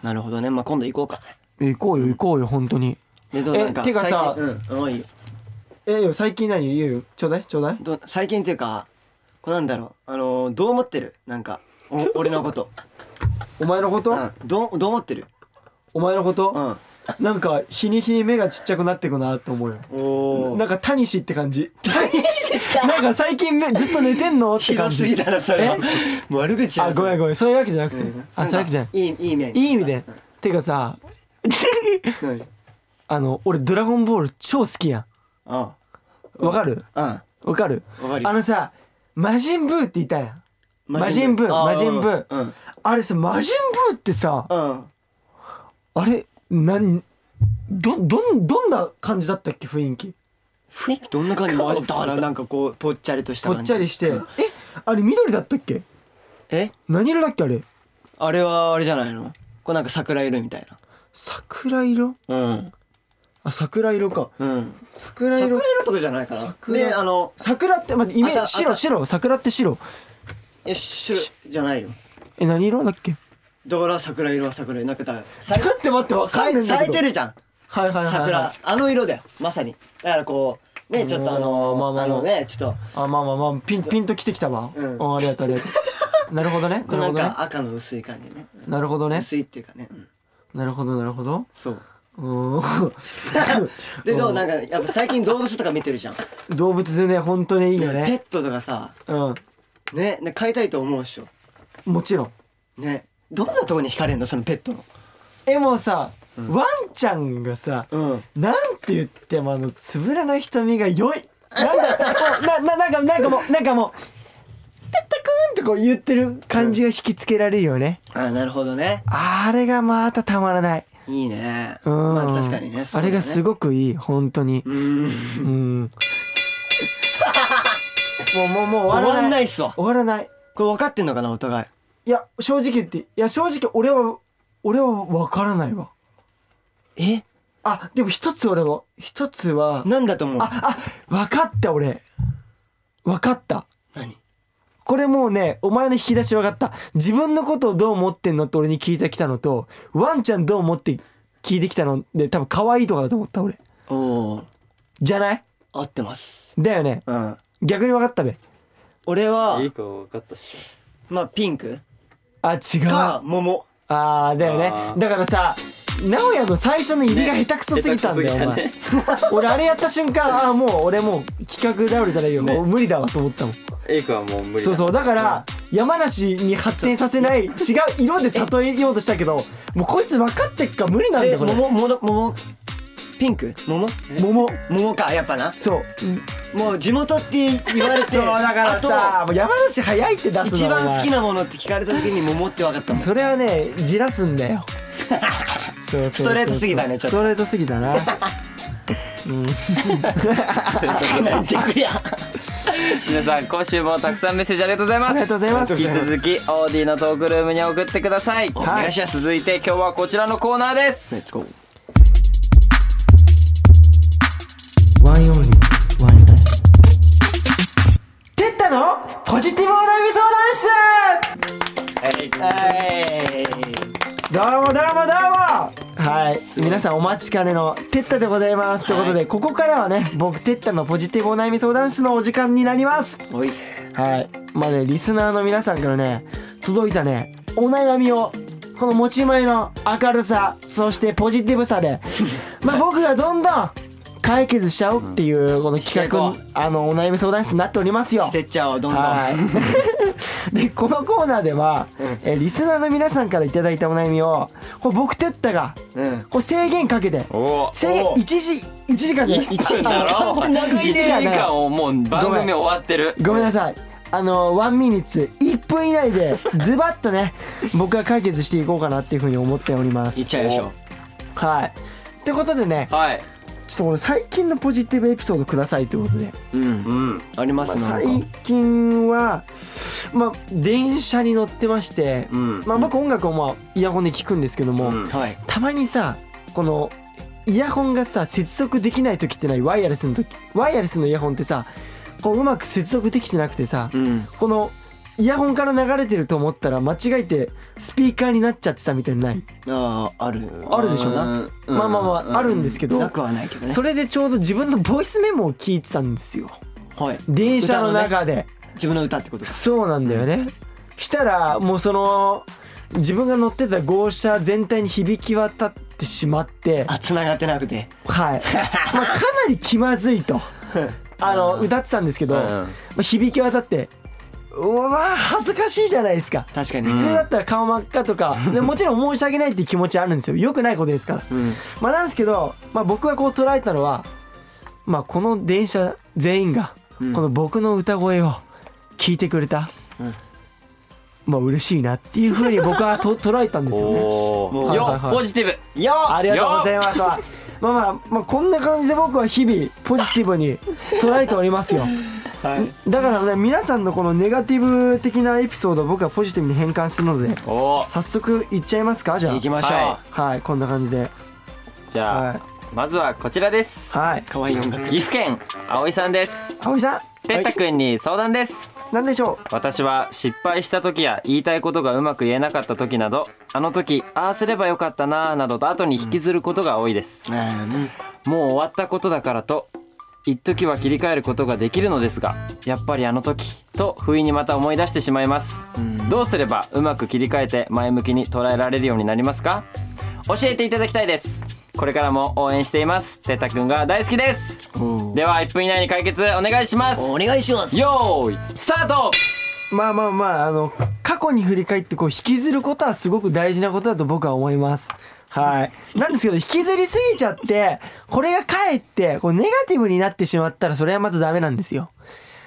[SPEAKER 2] なるほどねまあ今度行こうか
[SPEAKER 3] え行こうよ行こうよ本当に
[SPEAKER 2] ねどう
[SPEAKER 3] え
[SPEAKER 2] なんか
[SPEAKER 3] てかさ
[SPEAKER 2] 最近うんもういいよ
[SPEAKER 3] えよ最近何言うよちょうだいちょうだい
[SPEAKER 2] ど最近っていうかこうなんだろうあのーどう思ってるなんかお俺のこと、
[SPEAKER 3] お前のこと
[SPEAKER 2] うん、どうどう思ってる
[SPEAKER 3] お前のこと
[SPEAKER 2] うん
[SPEAKER 3] なんか日に日に目がちっちゃくなってくなって思うよ
[SPEAKER 2] お
[SPEAKER 3] なんかタニシって感じ なんか最近目ずっと寝てんのって
[SPEAKER 2] ひど
[SPEAKER 3] 感
[SPEAKER 2] すぎ
[SPEAKER 3] じ
[SPEAKER 2] だなそれは悪口や
[SPEAKER 3] あごめんごめんそういうわけじゃなくて、あそういうわけじゃない
[SPEAKER 2] いいいいね
[SPEAKER 3] いい意味でてかさ
[SPEAKER 2] 何
[SPEAKER 3] あの俺ドラゴンボール超好きや
[SPEAKER 2] あ
[SPEAKER 3] んわかる
[SPEAKER 2] あ
[SPEAKER 3] わかる
[SPEAKER 2] わかるよ
[SPEAKER 3] あのさ魔人ブーっていたやん魔人ブー
[SPEAKER 2] あ
[SPEAKER 3] 魔人ブ
[SPEAKER 2] う
[SPEAKER 3] ー
[SPEAKER 2] ん
[SPEAKER 3] あれさ魔人ブーってさ
[SPEAKER 2] うん
[SPEAKER 3] あれなんどどんどんな感じだったっけ雰囲気
[SPEAKER 2] 雰囲気どんな感じあだからなんかこうぽっちゃりとした
[SPEAKER 3] ぽ
[SPEAKER 2] 感
[SPEAKER 3] っ
[SPEAKER 2] じ
[SPEAKER 3] ちゃりしてえあれ緑だったっけ
[SPEAKER 2] え
[SPEAKER 3] 何色だっけあれ
[SPEAKER 2] あれはあれじゃないのこうなんか桜色みたい
[SPEAKER 3] 桜色
[SPEAKER 2] なうん
[SPEAKER 3] あ桜色か
[SPEAKER 2] うん
[SPEAKER 3] 桜
[SPEAKER 2] 桜
[SPEAKER 3] 色
[SPEAKER 2] 色とかじゃないかな
[SPEAKER 3] 桜
[SPEAKER 2] であの
[SPEAKER 3] 桜ってまあイメ
[SPEAKER 2] あ
[SPEAKER 3] ー
[SPEAKER 2] た
[SPEAKER 3] ジ
[SPEAKER 2] あ
[SPEAKER 3] 白
[SPEAKER 2] た
[SPEAKER 3] 白桜って白
[SPEAKER 2] いや白じゃないよ
[SPEAKER 3] え何色だっけ
[SPEAKER 2] だから桜色は桜色なんかだ
[SPEAKER 3] ちょっと待ってわかんないんだ
[SPEAKER 2] 咲
[SPEAKER 3] けど
[SPEAKER 2] いてるじゃん
[SPEAKER 3] はいはいはいはい
[SPEAKER 2] 桜あの色だよまさにだからこうねちょっとあの
[SPEAKER 3] うんまあまあ
[SPEAKER 2] あのねちょっと
[SPEAKER 3] あまあまあまあピンピンときてきたわ
[SPEAKER 2] うん
[SPEAKER 3] あありがとうありがとうなるほどね
[SPEAKER 2] こ
[SPEAKER 3] な
[SPEAKER 2] う
[SPEAKER 3] るほ
[SPEAKER 2] なん
[SPEAKER 3] どね
[SPEAKER 2] か赤の薄い感じね
[SPEAKER 3] なるほどね
[SPEAKER 2] 薄いっていうかねうん
[SPEAKER 3] なるほどなるほど
[SPEAKER 2] そう
[SPEAKER 3] うーん
[SPEAKER 2] でどうなんかやっぱ最近動物とか見てる じゃんペ
[SPEAKER 3] 動物ね本当にいいよ
[SPEAKER 2] ッ
[SPEAKER 3] ね
[SPEAKER 2] トとかさ
[SPEAKER 3] うん
[SPEAKER 2] ねね飼いたいと思うっしょ
[SPEAKER 3] もちろん
[SPEAKER 2] ねどんなとこに惹かれるのそのペットの
[SPEAKER 3] えもうさワンちゃんがさ
[SPEAKER 2] うん
[SPEAKER 3] なんて言ってもあのつぶらな瞳が良いなんだ もうなななんかなんかもうなんかもう「ペッタくん」とこう言ってる感じが引きつけられるよね、
[SPEAKER 2] あなるほどね
[SPEAKER 3] あれがまたたまらない
[SPEAKER 2] いいね
[SPEAKER 3] うん、
[SPEAKER 2] まあ確かにね
[SPEAKER 3] あれがす
[SPEAKER 2] ご
[SPEAKER 3] ごくいい本当に
[SPEAKER 2] うん
[SPEAKER 3] うんもうもうもう終
[SPEAKER 2] 終
[SPEAKER 3] わ
[SPEAKER 2] わ
[SPEAKER 3] ら
[SPEAKER 2] ん
[SPEAKER 3] な
[SPEAKER 2] ないいっすわ
[SPEAKER 3] 終わらない
[SPEAKER 2] これ分かってんのかなお互い
[SPEAKER 3] いや正直言っていや正直俺は俺は分からないわ
[SPEAKER 2] え
[SPEAKER 3] あでも一つ俺は一つは
[SPEAKER 2] なんだと思う
[SPEAKER 3] ああ分かった俺分かった
[SPEAKER 2] 何
[SPEAKER 3] これもうねお前の引き出し分かった自分のことをどう思ってんのって俺に聞いてきたのとワンちゃんどう思って聞いてきたので多分可愛いとかだと思った俺
[SPEAKER 2] おお
[SPEAKER 3] じゃない
[SPEAKER 2] 合ってます
[SPEAKER 3] だよね
[SPEAKER 2] うん
[SPEAKER 3] 逆に分かったべ
[SPEAKER 2] 俺はい
[SPEAKER 4] い子分かったっし
[SPEAKER 2] まあピンク
[SPEAKER 3] あ違う
[SPEAKER 2] か
[SPEAKER 3] あ
[SPEAKER 2] 桃
[SPEAKER 3] ーだよね
[SPEAKER 4] あー
[SPEAKER 3] だからさ直哉の最初の入りが
[SPEAKER 4] ね
[SPEAKER 3] 下手くそすぎたんだよ、
[SPEAKER 4] 下手
[SPEAKER 3] お前俺あれやった瞬 間ああもう俺もう企画倒れじゃないよ、
[SPEAKER 4] ね
[SPEAKER 3] もう無理だわと思ったもん
[SPEAKER 4] ょエイクはもう無理
[SPEAKER 3] そうそう うだから山梨に発展させない違う色で例えようとしたけどもうこいつ分かってっか無理なん
[SPEAKER 2] え
[SPEAKER 3] だこれ
[SPEAKER 2] 桃桃桃ピンク桃
[SPEAKER 3] 桃
[SPEAKER 2] 桃かやっぱな
[SPEAKER 3] そう
[SPEAKER 2] もう地元って言われ て
[SPEAKER 3] そうだからさもう山梨早いって出
[SPEAKER 2] あと
[SPEAKER 3] す
[SPEAKER 2] 一
[SPEAKER 3] のお前
[SPEAKER 2] 番好きなものって聞かれた時に桃って分かったもん
[SPEAKER 3] それはねじらすんだ よそうそうそうそう
[SPEAKER 2] ストレートすぎたねちょっと
[SPEAKER 3] ストレートすぎた な
[SPEAKER 2] なんてくりゃ
[SPEAKER 4] 皆さん今週もたくさんメッセージありがとうございます
[SPEAKER 3] ありがとうございます
[SPEAKER 4] 引き続きオーディのトークルームに送ってください
[SPEAKER 2] お願いします
[SPEAKER 4] 続いて今日はこちらのコーナーです
[SPEAKER 3] ワインオンリーワインライテッタのポジティブお悩み相談室どうもどうもどうもはい皆さんお待ちかねのテッタでございますということでここからはね僕テッタのポジティブお悩み相談室のお時間になります
[SPEAKER 2] おい
[SPEAKER 3] はいまあねリスナーの皆さんからね届いたねお悩みをこの持ち前の明るさそしてポジティブさ でまあ僕がどんどん解決しちゃおうっていうこの企画、
[SPEAKER 2] して
[SPEAKER 3] あのお悩み相談室になっておりますよ
[SPEAKER 2] してっちゃおうどんどん
[SPEAKER 3] はい。 でこのコーナーでは、えーリスナーの皆さんからいただいたお悩みをこう僕てったが
[SPEAKER 2] うん
[SPEAKER 3] こう制限かけて
[SPEAKER 4] おお
[SPEAKER 3] 制限
[SPEAKER 2] お
[SPEAKER 3] 1時1時間で
[SPEAKER 4] 1時間
[SPEAKER 3] 1時間
[SPEAKER 4] 時
[SPEAKER 3] だ
[SPEAKER 4] 間をもう番組終わってる
[SPEAKER 3] ごめんなさい。あのワンミニッツ1分以内でズバッと ね僕は解決していこうかなっていうふうに思っております
[SPEAKER 2] いっちゃいましょう
[SPEAKER 3] はいってことでね
[SPEAKER 4] はい
[SPEAKER 3] ちょっとこの最近のポジティブエピソードくださいってことで、
[SPEAKER 2] うん
[SPEAKER 4] うん
[SPEAKER 2] ありま
[SPEAKER 3] まあ
[SPEAKER 2] すなん
[SPEAKER 3] 最
[SPEAKER 2] か
[SPEAKER 3] 近はまあ電車に乗ってまして、
[SPEAKER 4] うん
[SPEAKER 3] まあ、僕音楽をまあイヤホンで聞くんですけども、
[SPEAKER 4] うん
[SPEAKER 2] はい
[SPEAKER 3] たまにさこのイヤホンがさ接続できない時ってないワイヤレスの時ワイヤレスのイヤホンってさこううまく接続できてなくてさ、
[SPEAKER 2] うん
[SPEAKER 3] このイヤホンから流れてると思ったら間違えてスピーカーになっちゃってたみたいなのない、
[SPEAKER 2] ああある
[SPEAKER 3] あるでしょな
[SPEAKER 4] うん
[SPEAKER 3] まあまあまああるんですけど、
[SPEAKER 2] なくはないけどね
[SPEAKER 3] それでちょうど自分のボイスメモを聞いてたんですよ
[SPEAKER 2] はい
[SPEAKER 3] 電車の中で、
[SPEAKER 2] 自分の歌ってことです
[SPEAKER 3] そうなんだよねしたらもうその自分が乗ってた号車全体に響き渡ってしまって
[SPEAKER 2] あ繋がってなくて
[SPEAKER 3] はい、まあ、かなり気まずいとあの歌ってたんですけど、
[SPEAKER 4] うん
[SPEAKER 3] まあ、響き渡ってうわ恥ずかしいじゃないですか
[SPEAKER 2] 確かに
[SPEAKER 3] 普通だったら顔真っ赤とか、でもちろん申し訳ないっていう気持ちあるんですよよくないことですから、まあなんですけど、まあ、僕がこう捉えたのは、まあ、この電車全員がこの僕の歌声を聞いてくれた、まあ嬉しいなっていうふうに僕はと 捉えたんですよね
[SPEAKER 4] お
[SPEAKER 3] はいはい
[SPEAKER 4] ーよ
[SPEAKER 3] はい
[SPEAKER 4] ポジティブ
[SPEAKER 2] よ
[SPEAKER 3] ありがとうございますまあまあ、まあ、こんな感じで僕は日々ポジティブに捉えておりますよ
[SPEAKER 2] はい
[SPEAKER 3] だからね皆さんのこのネガティブ的なエピソードを僕はポジティブに変換するので
[SPEAKER 4] おー
[SPEAKER 3] 早速いっちゃいますかじゃあ
[SPEAKER 2] 行きましょう、
[SPEAKER 4] は
[SPEAKER 3] はいこんな感じで
[SPEAKER 4] じゃあ
[SPEAKER 3] は
[SPEAKER 4] まずはこちらです
[SPEAKER 3] いはい
[SPEAKER 2] 可愛い音楽
[SPEAKER 4] 岐阜県葵さんです
[SPEAKER 3] 葵さん
[SPEAKER 4] てったくんに相談です
[SPEAKER 3] 何でしょ
[SPEAKER 4] 私は失敗した時や言いたいことがうまく言えなかった時などあの時ああすればよかったなあなどと後に引きずることが多いです、
[SPEAKER 2] うん
[SPEAKER 4] もう終わったことだからと一時は切り替えることができるのですがやっぱりあの時と不意にまた思い出してしまいます、どうすればうまく切り替えて前向きに捉えられるようになりますか教えていただきたいですこれからも応援していますてたくんが大好きですでは1分以内に解決お願いします
[SPEAKER 2] お願いします
[SPEAKER 4] よーいスタート
[SPEAKER 3] うまあまあまああの過去に振り返ってこう引きずることはすごく大事なことだと僕は思いますはいなんですけど引きずりすぎちゃってこれがかえってこうネガティブになってしまったらそれはまたダメなんですよ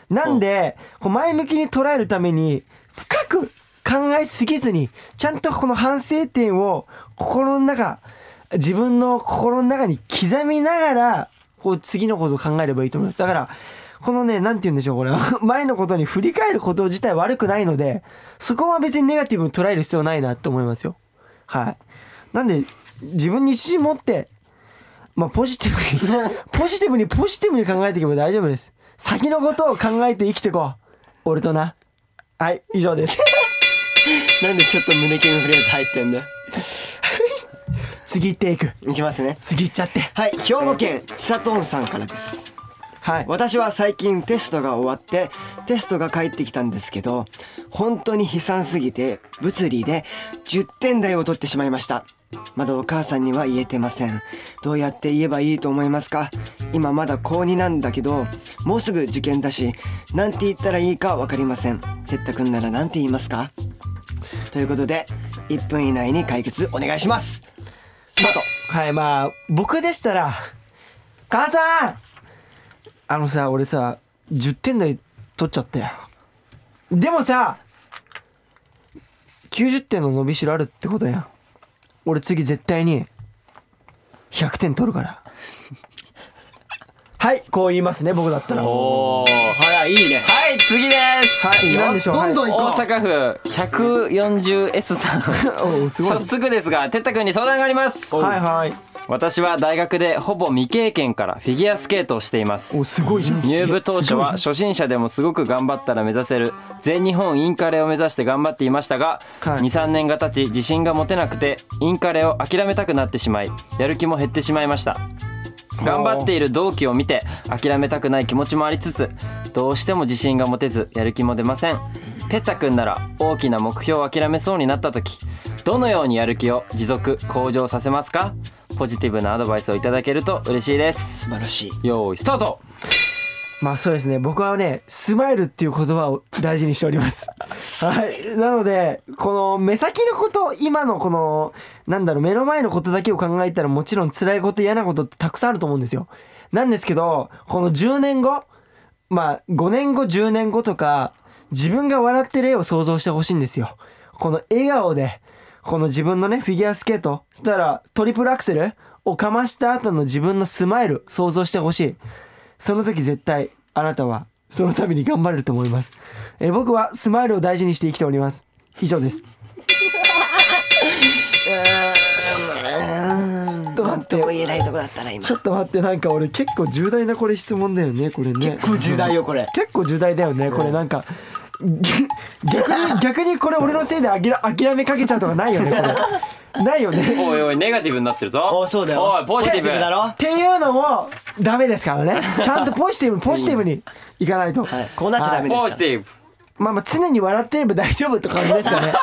[SPEAKER 3] なんでこう前向きに捉えるために深く考えすぎずにちゃんとこの反省点を心の中自分の心の中に刻みながらこう次のことを考えればいいと思いますだからこのね何て言うんでしょうこれ は前のことに振り返ること自体悪くないのでそこは別にネガティブに捉える必要ないなと思いますよはいなんで自分に自信持ってまあ、ポジティブにポジティブにポジティブに考えていけば大丈夫です先のことを考えて生きてこう俺となはい以上です
[SPEAKER 2] なんでちょっと胸キュンフレーズ入ってんだよ
[SPEAKER 3] 次行っていく
[SPEAKER 2] いきますね
[SPEAKER 3] 次行っちゃって
[SPEAKER 2] はい兵庫県ちさとんさんからです
[SPEAKER 3] はい
[SPEAKER 2] 私は最近テストが終わってテストが返ってきたんですけど本当に悲惨すぎて物理で10点台を取ってしまいましたまだお母さんには言えてませんどうやって言えばいいと思いますか今まだ高2なんだけどもうすぐ受験だしなんて言ったらいいか分かりませんてったくんならなんて言いますかということで1分以内に解決お願いしますスタート
[SPEAKER 3] はいまあ僕でしたら母さんあのさ俺さ10点台取っちゃったよでもさ90点の伸びしろあるってことやん俺次絶対に100点取るから はいこう言いますね僕だったらは
[SPEAKER 4] おー
[SPEAKER 2] 早いいいね
[SPEAKER 4] はい次です、
[SPEAKER 3] い何でしょう
[SPEAKER 2] どんど
[SPEAKER 3] は
[SPEAKER 2] ん
[SPEAKER 3] い
[SPEAKER 2] 行こ
[SPEAKER 4] 大阪
[SPEAKER 2] う
[SPEAKER 4] 府 140S さん
[SPEAKER 3] おうすごい
[SPEAKER 4] 早速ですがてったくんに相談があります
[SPEAKER 3] はいはい
[SPEAKER 4] 私は大学でほぼ未経験からフィギュアスケートをしています
[SPEAKER 3] おすごいじゃん
[SPEAKER 4] 入部当初は初心者でもすごく頑張ったら目指せる全日本インカレを目指して頑張っていましたが、
[SPEAKER 3] はい
[SPEAKER 4] 23年が経ち自信が持てなくてインカレを諦めたくなってしまいやる気も減ってしまいました頑張っている同期を見て諦めたくない気持ちもありつつどうしても自信が持てずやる気も出ませんてったくんなら大きな目標を諦めそうになった時どのようにやる気を持続向上させますかポジティブなアドバイスをいただけると嬉しいです
[SPEAKER 2] 素晴らしい
[SPEAKER 4] 用意スタート
[SPEAKER 3] まあそうですね僕はねスマイルっていう言葉を大事にしておりますはいなのでこの目先のこと今のこのなんだろう目の前のことだけを考えたらもちろん辛いこと嫌なことってたくさんあると思うんですよなんですけどこの10年後まあ5年後10年後とか自分が笑ってる絵を想像してほしいんですよこの笑顔でこの自分のねフィギュアスケートそしたらトリプルアクセルをかました後の自分のスマイル想像してほしいその時絶対あなたはそのために頑張れると思います、えー僕はスマイルを大事にして生きております以上ですちょっと待って
[SPEAKER 2] どこ言えないとこだったな今
[SPEAKER 3] ちょっと待ってなんか俺結構重大なこれ質問だよねこれね
[SPEAKER 2] 結構重大よこれ
[SPEAKER 3] 結構重大だよねこれなんかぎ逆に逆にこれ俺のせいであきら諦めかけちゃうとかないよねこれないよね
[SPEAKER 4] おいおいネガティブになってるぞ
[SPEAKER 2] おそうだよ
[SPEAKER 4] おいポジティブ
[SPEAKER 2] だろ
[SPEAKER 3] っていうのもダメですからねちゃんとポジティブポジティブにいかないと、
[SPEAKER 2] はいこうなっちゃダメです
[SPEAKER 4] ポ
[SPEAKER 2] か
[SPEAKER 4] ジ
[SPEAKER 2] ら
[SPEAKER 4] ティブ
[SPEAKER 3] まあまあ常に笑ってれば大丈夫って感じです かね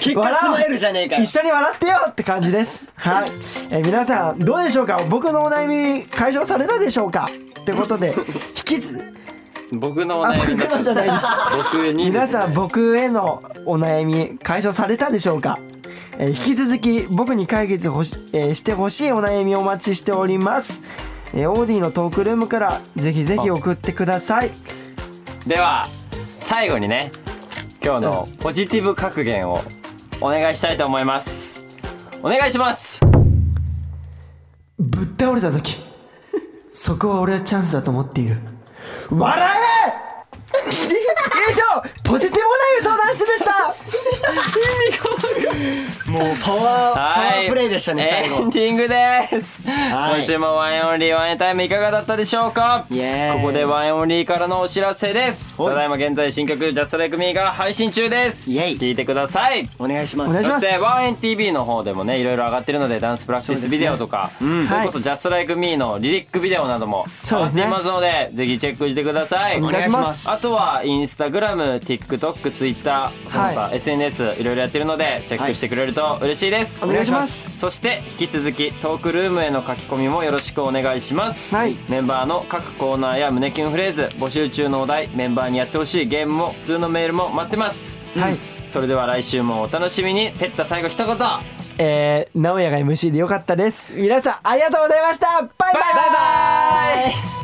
[SPEAKER 2] 結果スマイルじゃねえかよ
[SPEAKER 3] 一緒に笑ってよって感じですはい、えー皆さんどうでしょうか僕のお悩み解消されたでしょうかってことで引き つ
[SPEAKER 4] 僕のお
[SPEAKER 3] あ
[SPEAKER 4] 悩
[SPEAKER 3] 僕
[SPEAKER 4] み
[SPEAKER 3] のじゃないです
[SPEAKER 4] 僕に
[SPEAKER 3] 皆さん僕へのお悩み解消されたでしょうか、えー引き続き僕に解決ほし,、えーしてほしいお悩みをお待ちしております、えー、オーディのトークルームからぜひぜひ送ってください
[SPEAKER 4] では最後にね今日のポジティブ格言をお願いしたいと思いますお願いします
[SPEAKER 3] ぶっ倒れた 時そこは俺はチャンスだと思っている笑え 以上ポジティブお悩み相談室でした
[SPEAKER 2] もうパワーパワ
[SPEAKER 4] はい
[SPEAKER 2] ープレイでしたね最
[SPEAKER 4] エン
[SPEAKER 2] 後
[SPEAKER 4] ディングです
[SPEAKER 2] はい
[SPEAKER 4] 今週もワンオンリーワンエンタイムいかがだったでしょうか
[SPEAKER 2] イエーイ
[SPEAKER 4] ここでワンオンリーからのお知らせです
[SPEAKER 2] はい
[SPEAKER 4] ただいま現在新曲「ジャストライクミーが配信中です
[SPEAKER 2] イエイ
[SPEAKER 4] 聴いてください
[SPEAKER 2] お願いします
[SPEAKER 3] お願いし
[SPEAKER 4] そ
[SPEAKER 3] ま
[SPEAKER 4] し
[SPEAKER 3] す
[SPEAKER 4] てワンエン TV の方でもねいろいろ上がってるのでダンスプラクティスビデオとかそ,、れこそ「ジャストライクミーのリリックビデオなども上
[SPEAKER 3] そう
[SPEAKER 4] が
[SPEAKER 3] で
[SPEAKER 4] っ
[SPEAKER 3] す
[SPEAKER 4] て
[SPEAKER 3] ね
[SPEAKER 4] いますのでぜひチェックしてください
[SPEAKER 3] お願いします
[SPEAKER 4] あとはインスタグラム TikTok ツイッターその他
[SPEAKER 3] は
[SPEAKER 4] SNS いろいろやってるのでチェックしてくれると嬉しいです、
[SPEAKER 3] お願いします
[SPEAKER 4] そして引き続きトークルームへの書き込みもよろしくお願いします、
[SPEAKER 3] はい
[SPEAKER 4] メンバーの各コーナーや胸キュンフレーズ募集中のお題メンバーにやってほしいゲームも普通のメールも待ってます
[SPEAKER 3] はい
[SPEAKER 4] それでは来週もお楽しみにてった最後一言バイバ
[SPEAKER 3] えー、直哉が MC でよかったです皆さんありがとうございましたバイバイ
[SPEAKER 4] イバイ